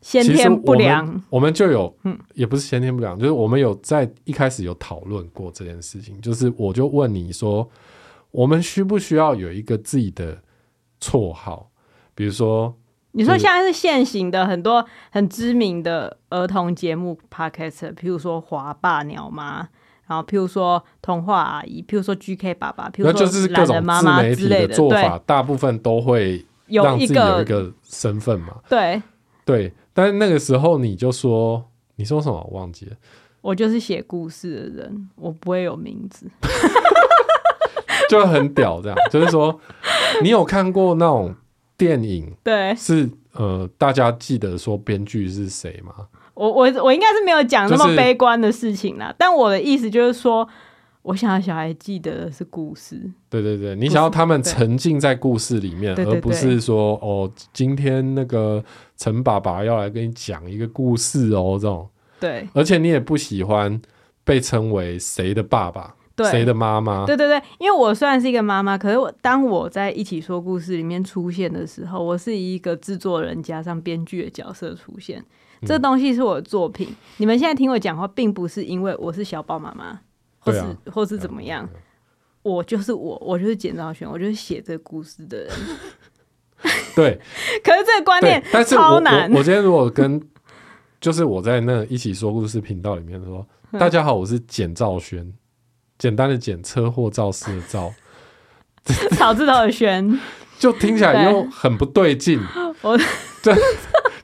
先
其实
天不
我
良
们。我们就有，
嗯
也不是先天不良，就是我们有在一开始有讨论过这件事情，就是我就问你说，我们需不需要有一个自己的绰号？比如说，
你说
就是
现在是现行的很多很知名的儿童节目 podcast，譬如说《华爸鸟妈》，然后譬如说《童话阿姨》，譬如说《GK 爸爸》，譬
那
如
就
说
是
《
各
懒
种
人妈
自
妈》
媒
之
体
类
的
的，
做
对
法，，大部分都会
有
让
一
自己有一
个
个身份嘛。
对
对，但是那个时候你就说，你说什么？我忘记了，
我就是写故事的人，我不会有名字。
就很屌，这样就是说，你有看过那种电影
对
是呃，大家记得说编剧是谁吗？
我我我应该是没有讲那
就
么
是
悲观的事情啦，但我的意思就是说，我想要小孩记得的是故事，
对对对，你想要他们
对
沉浸在故事里面，
对对
而不是说哦，今天那个陈爸爸要来跟你讲一个故事哦，这种，
对
而且你也不喜欢被称为谁的爸爸，
对，
谁的妈妈，
对对对，因为我虽然是一个妈妈，可是我当我在一起说故事里面出现的时候，我是以一个制作人加上编剧的角色出现。
嗯
这东西是我的作品，你们现在听我讲话，并不是因为我是小宝妈妈，或是、
对啊
或是怎么样，我就是我，我就是简兆轩，我就是写这个故事的人。
对
可是这个观
对
念，
但是我
超
我
难
我今天如果跟就是我在那一起说故事频道里面说，
嗯
大家好，我是简兆轩，简单的简，车祸肇事的肇，
草字头的轩，
就听起来又很不对劲。
我
就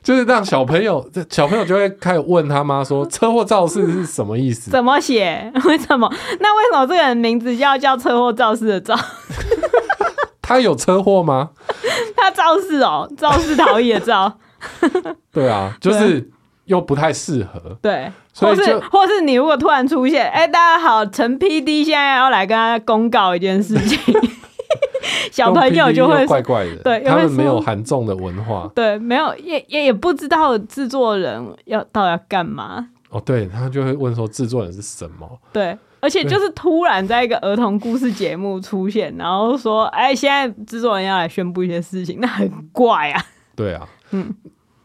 就是让小朋友，这小朋友就会开始问他妈说：“车祸肇事是什么意思
怎么写？ 为什么？那为什么这个人名字要叫车祸肇事的肇？？”
他有车祸吗？
他肇事哦，肇事逃逸的肇。
对啊，就是又不太适合，
对，
所
或
以
是
就
或是你如果突然出现，哎、大家好，陈 PD 现在要来跟他公告一件事 情，小朋友就
用 PPT
会
又怪怪的，
对又会
他们没有
说
韩众的文化
对，没有也也也不知道制作人要到底要干嘛，
哦，对他就会问说制作人是什么？
对。而且就是突然在一个儿童故事节目出现，然后说：“哎，现在制作人要来宣布一些事情，那很怪啊。
对啊，
嗯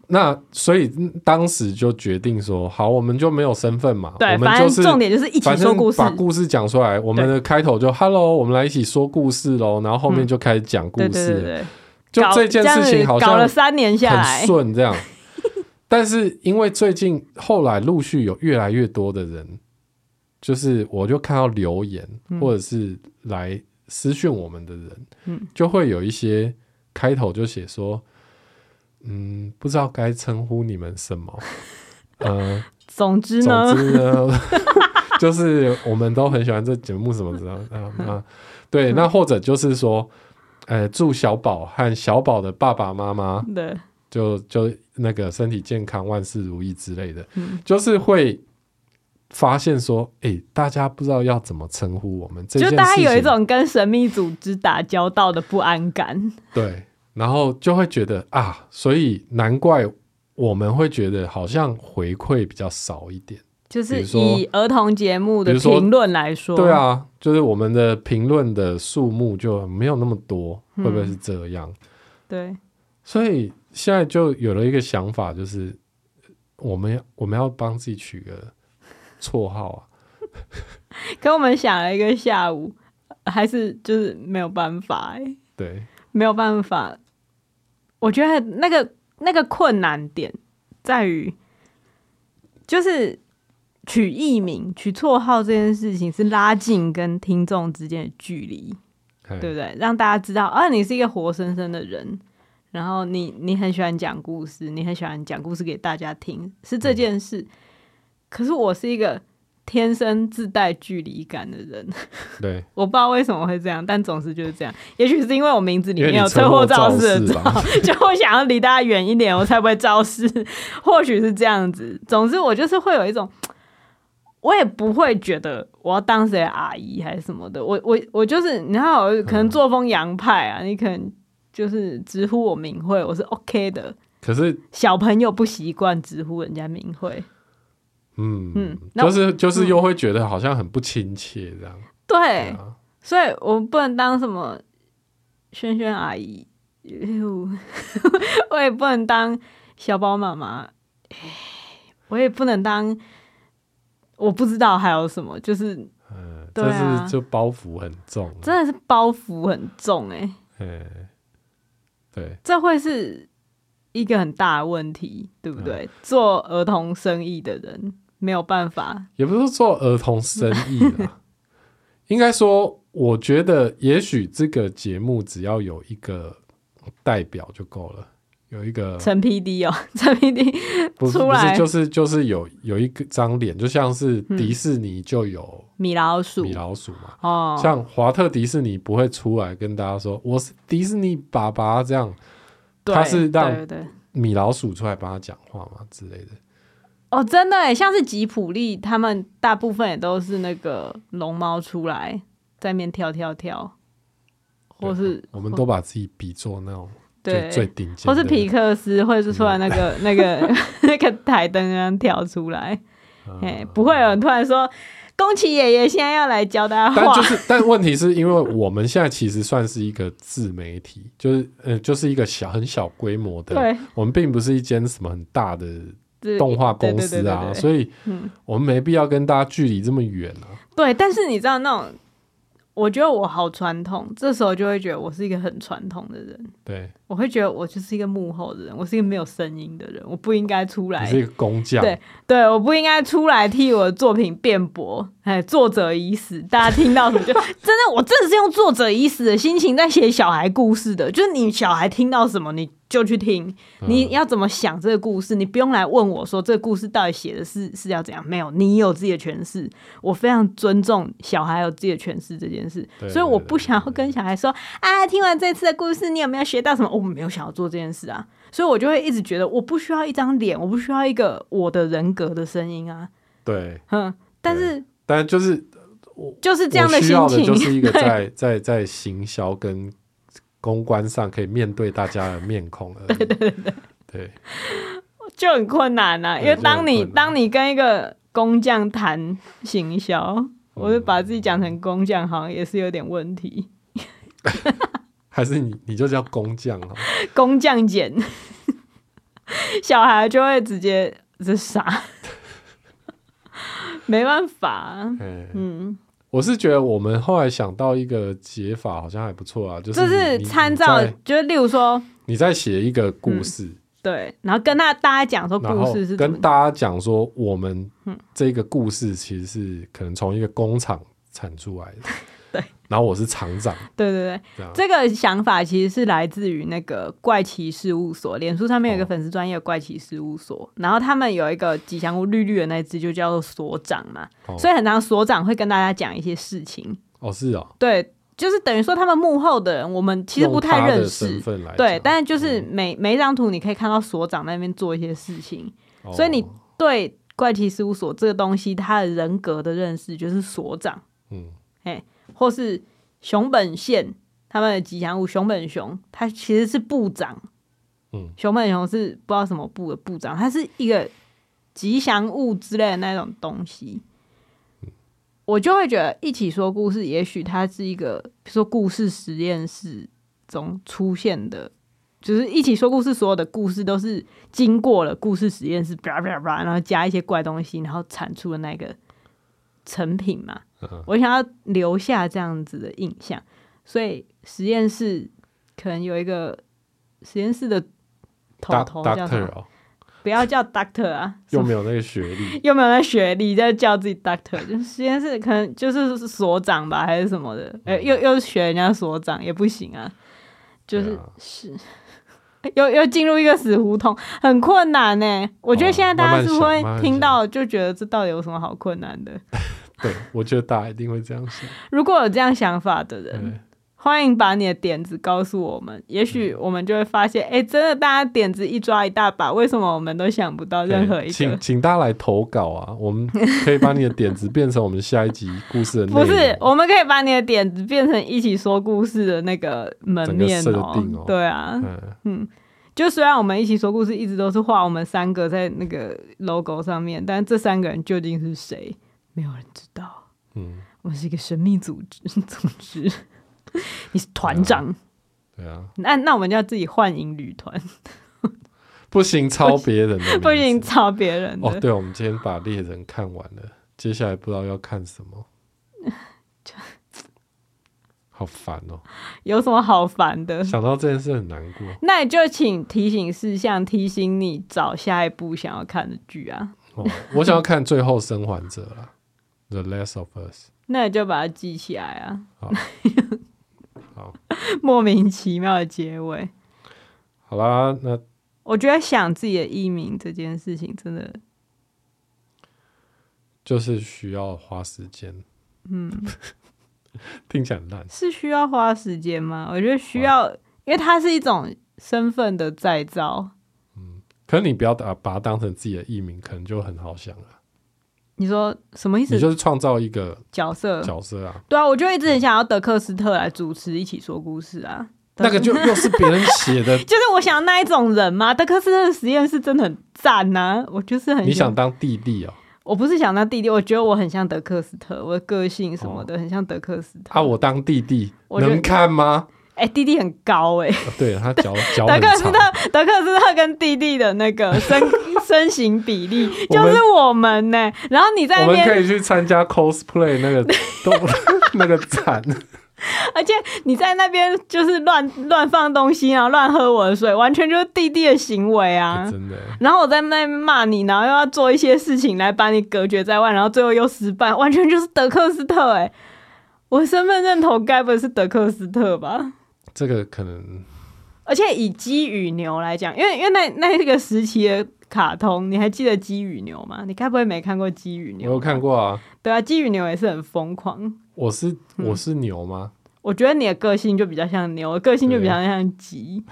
那所以嗯当时就决定说，好，我们就没有身份嘛”，
对
我，们
反
就
正
是
重点就是一起
反
说
正
故事
把。故事讲出来。我们的开头就 “Hello”，我们来一起说故事喽，然后后面就开始讲故
嗯对对对
事了。
对，
就
搞
这件
样
事
子
情好
搞
像
了三年下来
很，顺这 样，但是因为最近后来陆续有越来越多的人，就是我就看到留言、或者是来私讯我们的人，
嗯
就会有一些开头就写说，嗯，不知道该称呼你们什么，呃，
总之呢，
总之呢， 就是我们都很喜欢这节目什么的啊啊，对，那或者就是说，呃，祝小宝和小宝的爸爸妈妈
对，
就就那个身体健康、万事如意之类的，
嗯
就是会发现说，哎、大家不知道要怎么称呼我们这件事情，
就大家有一种跟神秘组织打交道的不 安感。
对，然后就会觉得啊，所以难怪我们会觉得好像回馈比较少一点。
就是
比如说
以儿童节目的
比如说
评论来说，
对，啊，就是我们的评论的数目就没有那么多，会不
嗯
会是这样？
对，
所以现在就有了一个想法，就是呃我们要我们要帮自己取个绰号啊。
可我们想了一个下午，还是就是没有办法、欸，
对，
没有办法。我觉得那个那个困难点在于，就是取艺名、取绰号这件事情是拉近跟听众之间的距离，
哎
对不对？让大家知道啊，你是一个活生生的人，然后你你很喜欢讲故事，你很喜欢讲故事给大家听，是这件事。可是我是一个天生自带距离感的人。
对，
我不知道为什么会这样，但总是就是这样。也许是因为我名字里
因为
面
你
有
车
祸
祸
肇
肇
事的
事
照
吧，
就会想要离大家远一点，我才不会肇事。或许是这样子。总之，我就是会有一种，我也不会觉得我要当谁的阿姨还是什么的。我我我就是，你看，我可能作风洋派啊，你可能就是直呼我名讳，我是 OK 的。
可是
小朋友不习惯直呼人家名讳，
嗯
嗯那我
就是就是又会觉得好像很不亲切这样。
对。
对啊，
所以我不能当什么轩轩阿姨，哎呦 我也不能当小宝妈妈，哎我也不能当，我不知道还有什么，就是
嗯，
对啊
这是就包袱很重。啊
真的是包袱很重哎、
哎，对，
这会是一个很大的问题，对不
嗯
对？做儿童生意的人没有办法，
也不是说做儿童生意 啦，应该说，我觉得也许这个节目只要有一个代表就够了，有一个
陈 PD 哦，陈 PD
不是
出
不
来
是就是就是有有一个张脸，就像是迪士尼就有
米老鼠
米老鼠嘛，
哦，
像华特迪士尼不会出来跟大家说我是迪士尼爸爸这样，
对
他是让
对对对
米老鼠出来帮他讲话嘛之类的。
哦，真的耶，像是吉普力，他们大部分也都是那个龙猫出来在面跳跳跳，或是
我们都把自己比作那种最最
对，
顶尖的，
或是皮克斯会是突
嗯
然那 个那个 那个台灯那样跳出来，
嗯
哎、不会有人突然说宫崎爷爷现在要来教大家
但就
画，
是，但问题是因为我们现在其实算是一个自媒体，就是呃，就是一个小很小规模的，
对
我们并不是一间什么很大的
对，
动画
对
公司啊，
对对对对
所以
嗯
我们没必要跟大家距离这么远啊。
对，但是你知道那种，我觉得我好传统，这时候就会觉得我是一个很传统的人。
对，
我会觉得我就是一个幕后的人，我是一个没有声音的人，我不应该出
你
来
是一个工匠，
哎对对，我不应该出来替我的作品辩驳。哎，作者已死，大家听到什么就真的，我真的是用作者已死的心情在写小孩故事的。就是你小孩听到什么，你就去听，
嗯
你要怎么想这个故事，你不用来问我说这个故事到底写的是是要怎样。没有，你有自己的诠释。我非常尊重小孩有自己的诠释这件事，
对
所以我不
对对
想要跟小孩说啊，听完这次的故事，你有没有学到什么？我没有想要做这件事啊。所以我就会一直觉得我不需要一张脸，我不需要一个我的人格的声音啊，
对，
哼。但是
但就是
就是这样
我需
心
要的
情，
就是一个
对
在在在行销跟公关上可以面对大家的面孔而已。对对对对，
就很困难啊。
对
因为当
就
你
很困难
当你跟一个工匠谈行
嗯
销，我就把自己讲成工匠，好像也是有点问题。
还是你你就叫工匠啊。
工匠简， 小孩就会直接这傻， 没办法，
哎
嗯，
我是觉得我们后来想到一个解法，好像还不错啊，就
就是是
你
参照
你在，
就是例如说。
你在写一个故事，
对，然后跟他大家讲说
然
故
后
事是怎么嗯
跟大家讲说，我们这个故事其实是可能从一个工厂产出来的，
对，
然后我是厂长，
对对
这样
对，这个想法其实是来自于那个怪奇事务所，脸书上面有一个
哦
粉丝专业怪奇事务所，然后他们有一个吉祥物绿绿的那只就叫做所长嘛，
哦
所以很常所长会跟大家讲一些事情，
哦是哦，
对，就是等于说他们幕后的人，我们 其实
用
不太
他的
认
身
识。
份来
对
讲，嗯
但是就是每、每一张图，你可以看到所长在那边做一些事情，
哦
所以你对怪奇事务所这个东西，他的人格的认识就是所长，
嗯，
哎，或是熊本县他们的吉祥物熊本熊，他其实是部长，
嗯，
熊本熊是不知道什么部的部长，他是一个吉祥物之类的那种东西。我就会觉得一起说故事，也许它是一个，比如说故事实验室中出现的，就是一起说故事，所有的故事都是经过了故事实验室，叭叭叭，然后加一些怪东西，然后产出的那个成品
嗯
嘛。我想要留下这样子的印象，所以实验室可能有一个实验室的头头叫什
doctor
么？
哦，
不要叫 Doctor 啊，
又没有那个学历，
又没有那学历，在叫自己 Doctor，就是实验室可能就是所长吧，还是什么的，哎、
嗯
又又学人家所长也不行啊，就是、
对啊
是。又又进入一个死胡同，很困难呢。我觉得
哦
现在大家是不是
慢慢想慢
会
慢
听到就觉得这到底有什么好困难的？
对，我觉得大家一定会这样想，
如果有这样想法的人，
对，嗯
欢迎把你的点子告诉我们，也许我们就会发现，哎、真的大家点子一抓一大把，为什么我们都想不到任何
对
一
请
个？
请大家来投稿啊，我们可以把你的点子变成我们下一集故事的内容，
不是，我们可以把你的点子变成一起说故事的那个门面
整个
哦、
设定哦
对啊，
嗯，
就虽然我们一起说故事一直都是画我们三个在那个 logo 上面，但这三个人究竟是谁，没有人知道。
嗯，
我们是一个神秘组织， 组织，你是团长，嗯
对啊，
那那我们就要自己幻影旅团，
不行抄别人的名字，
不行找别人的。
哦，对，我们今天把猎人看完了，接下来不知道要看什么， 好烦哦！
有什么好烦的？
想到这件事很难过。
那你就请提醒事项提醒你找下一部想要看的剧啊。
哦、我想要看《最后生还者》啦，《The Last of Us
那你就把它记起来啊。》。
好，
莫名其妙的结尾，
好啦，那
我觉得想自己的艺名这件事情真的，
就是需要花时间。
嗯，
听起来很烂，
是需要花时间吗？我觉得需要，因为它是一种身份的再造。
可是你不要把把它当成自己的艺名，可能就很好想了。
你说什么意
你
思？
就是创造一个
角色？
角色啊，
对啊，我就一直很想要德克斯特来主持一起说故事啊。。
那个就又是别人写的
就是我想要那一种人嘛，德克斯特的实验室真的很赞呐、我就是很
你想当弟弟哦、
我不是想当弟弟，我觉得我很像德克斯特，我的个性什么的、
哦
很像德克斯特。
啊，我当弟弟
嗯我觉得
能看吗？
哎、弟弟很高哎、
啊对他 脚脚
德
很
克斯
长
特，德克斯特跟弟弟的那个身 身形比例
我
就
们
是我们呢、然后你在
我
那
们可
边，
以去参加 cosplay 那个 动那个展，
而且你在那边就是乱乱放东西，然后乱喝我的水，完全就是弟弟的行为 啊。
真的
然后我在那边骂你，然后又要做一些事情来把你隔绝在外，然后最后又失败，完全就是德克斯特哎、我身份认同该不会是德克斯特吧？
这个可能
而且以鸡与牛来讲，因为因为那那个时期的卡通，你还记得鸡与牛吗？你该不会没看过鸡与
我
牛？
有看。过啊。
对啊，鸡与牛也是很疯狂。
我是
嗯
我是牛吗？
我觉得你的个性就比较像牛，我个性就比较像鸡。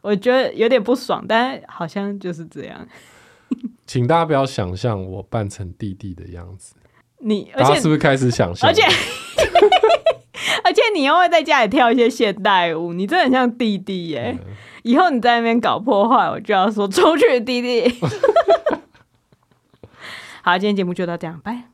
我觉得有点不爽，但好像就是这样。
请大家不要想象我扮成弟弟的样子，
你而
大家
且
是不是开始想象？
而且 而且你又会在家里跳一些现代舞，你真的很像弟弟耶、
嗯
以后你在那边搞破坏，我就 要说出去，弟弟。好，今天节目就到这样，拜。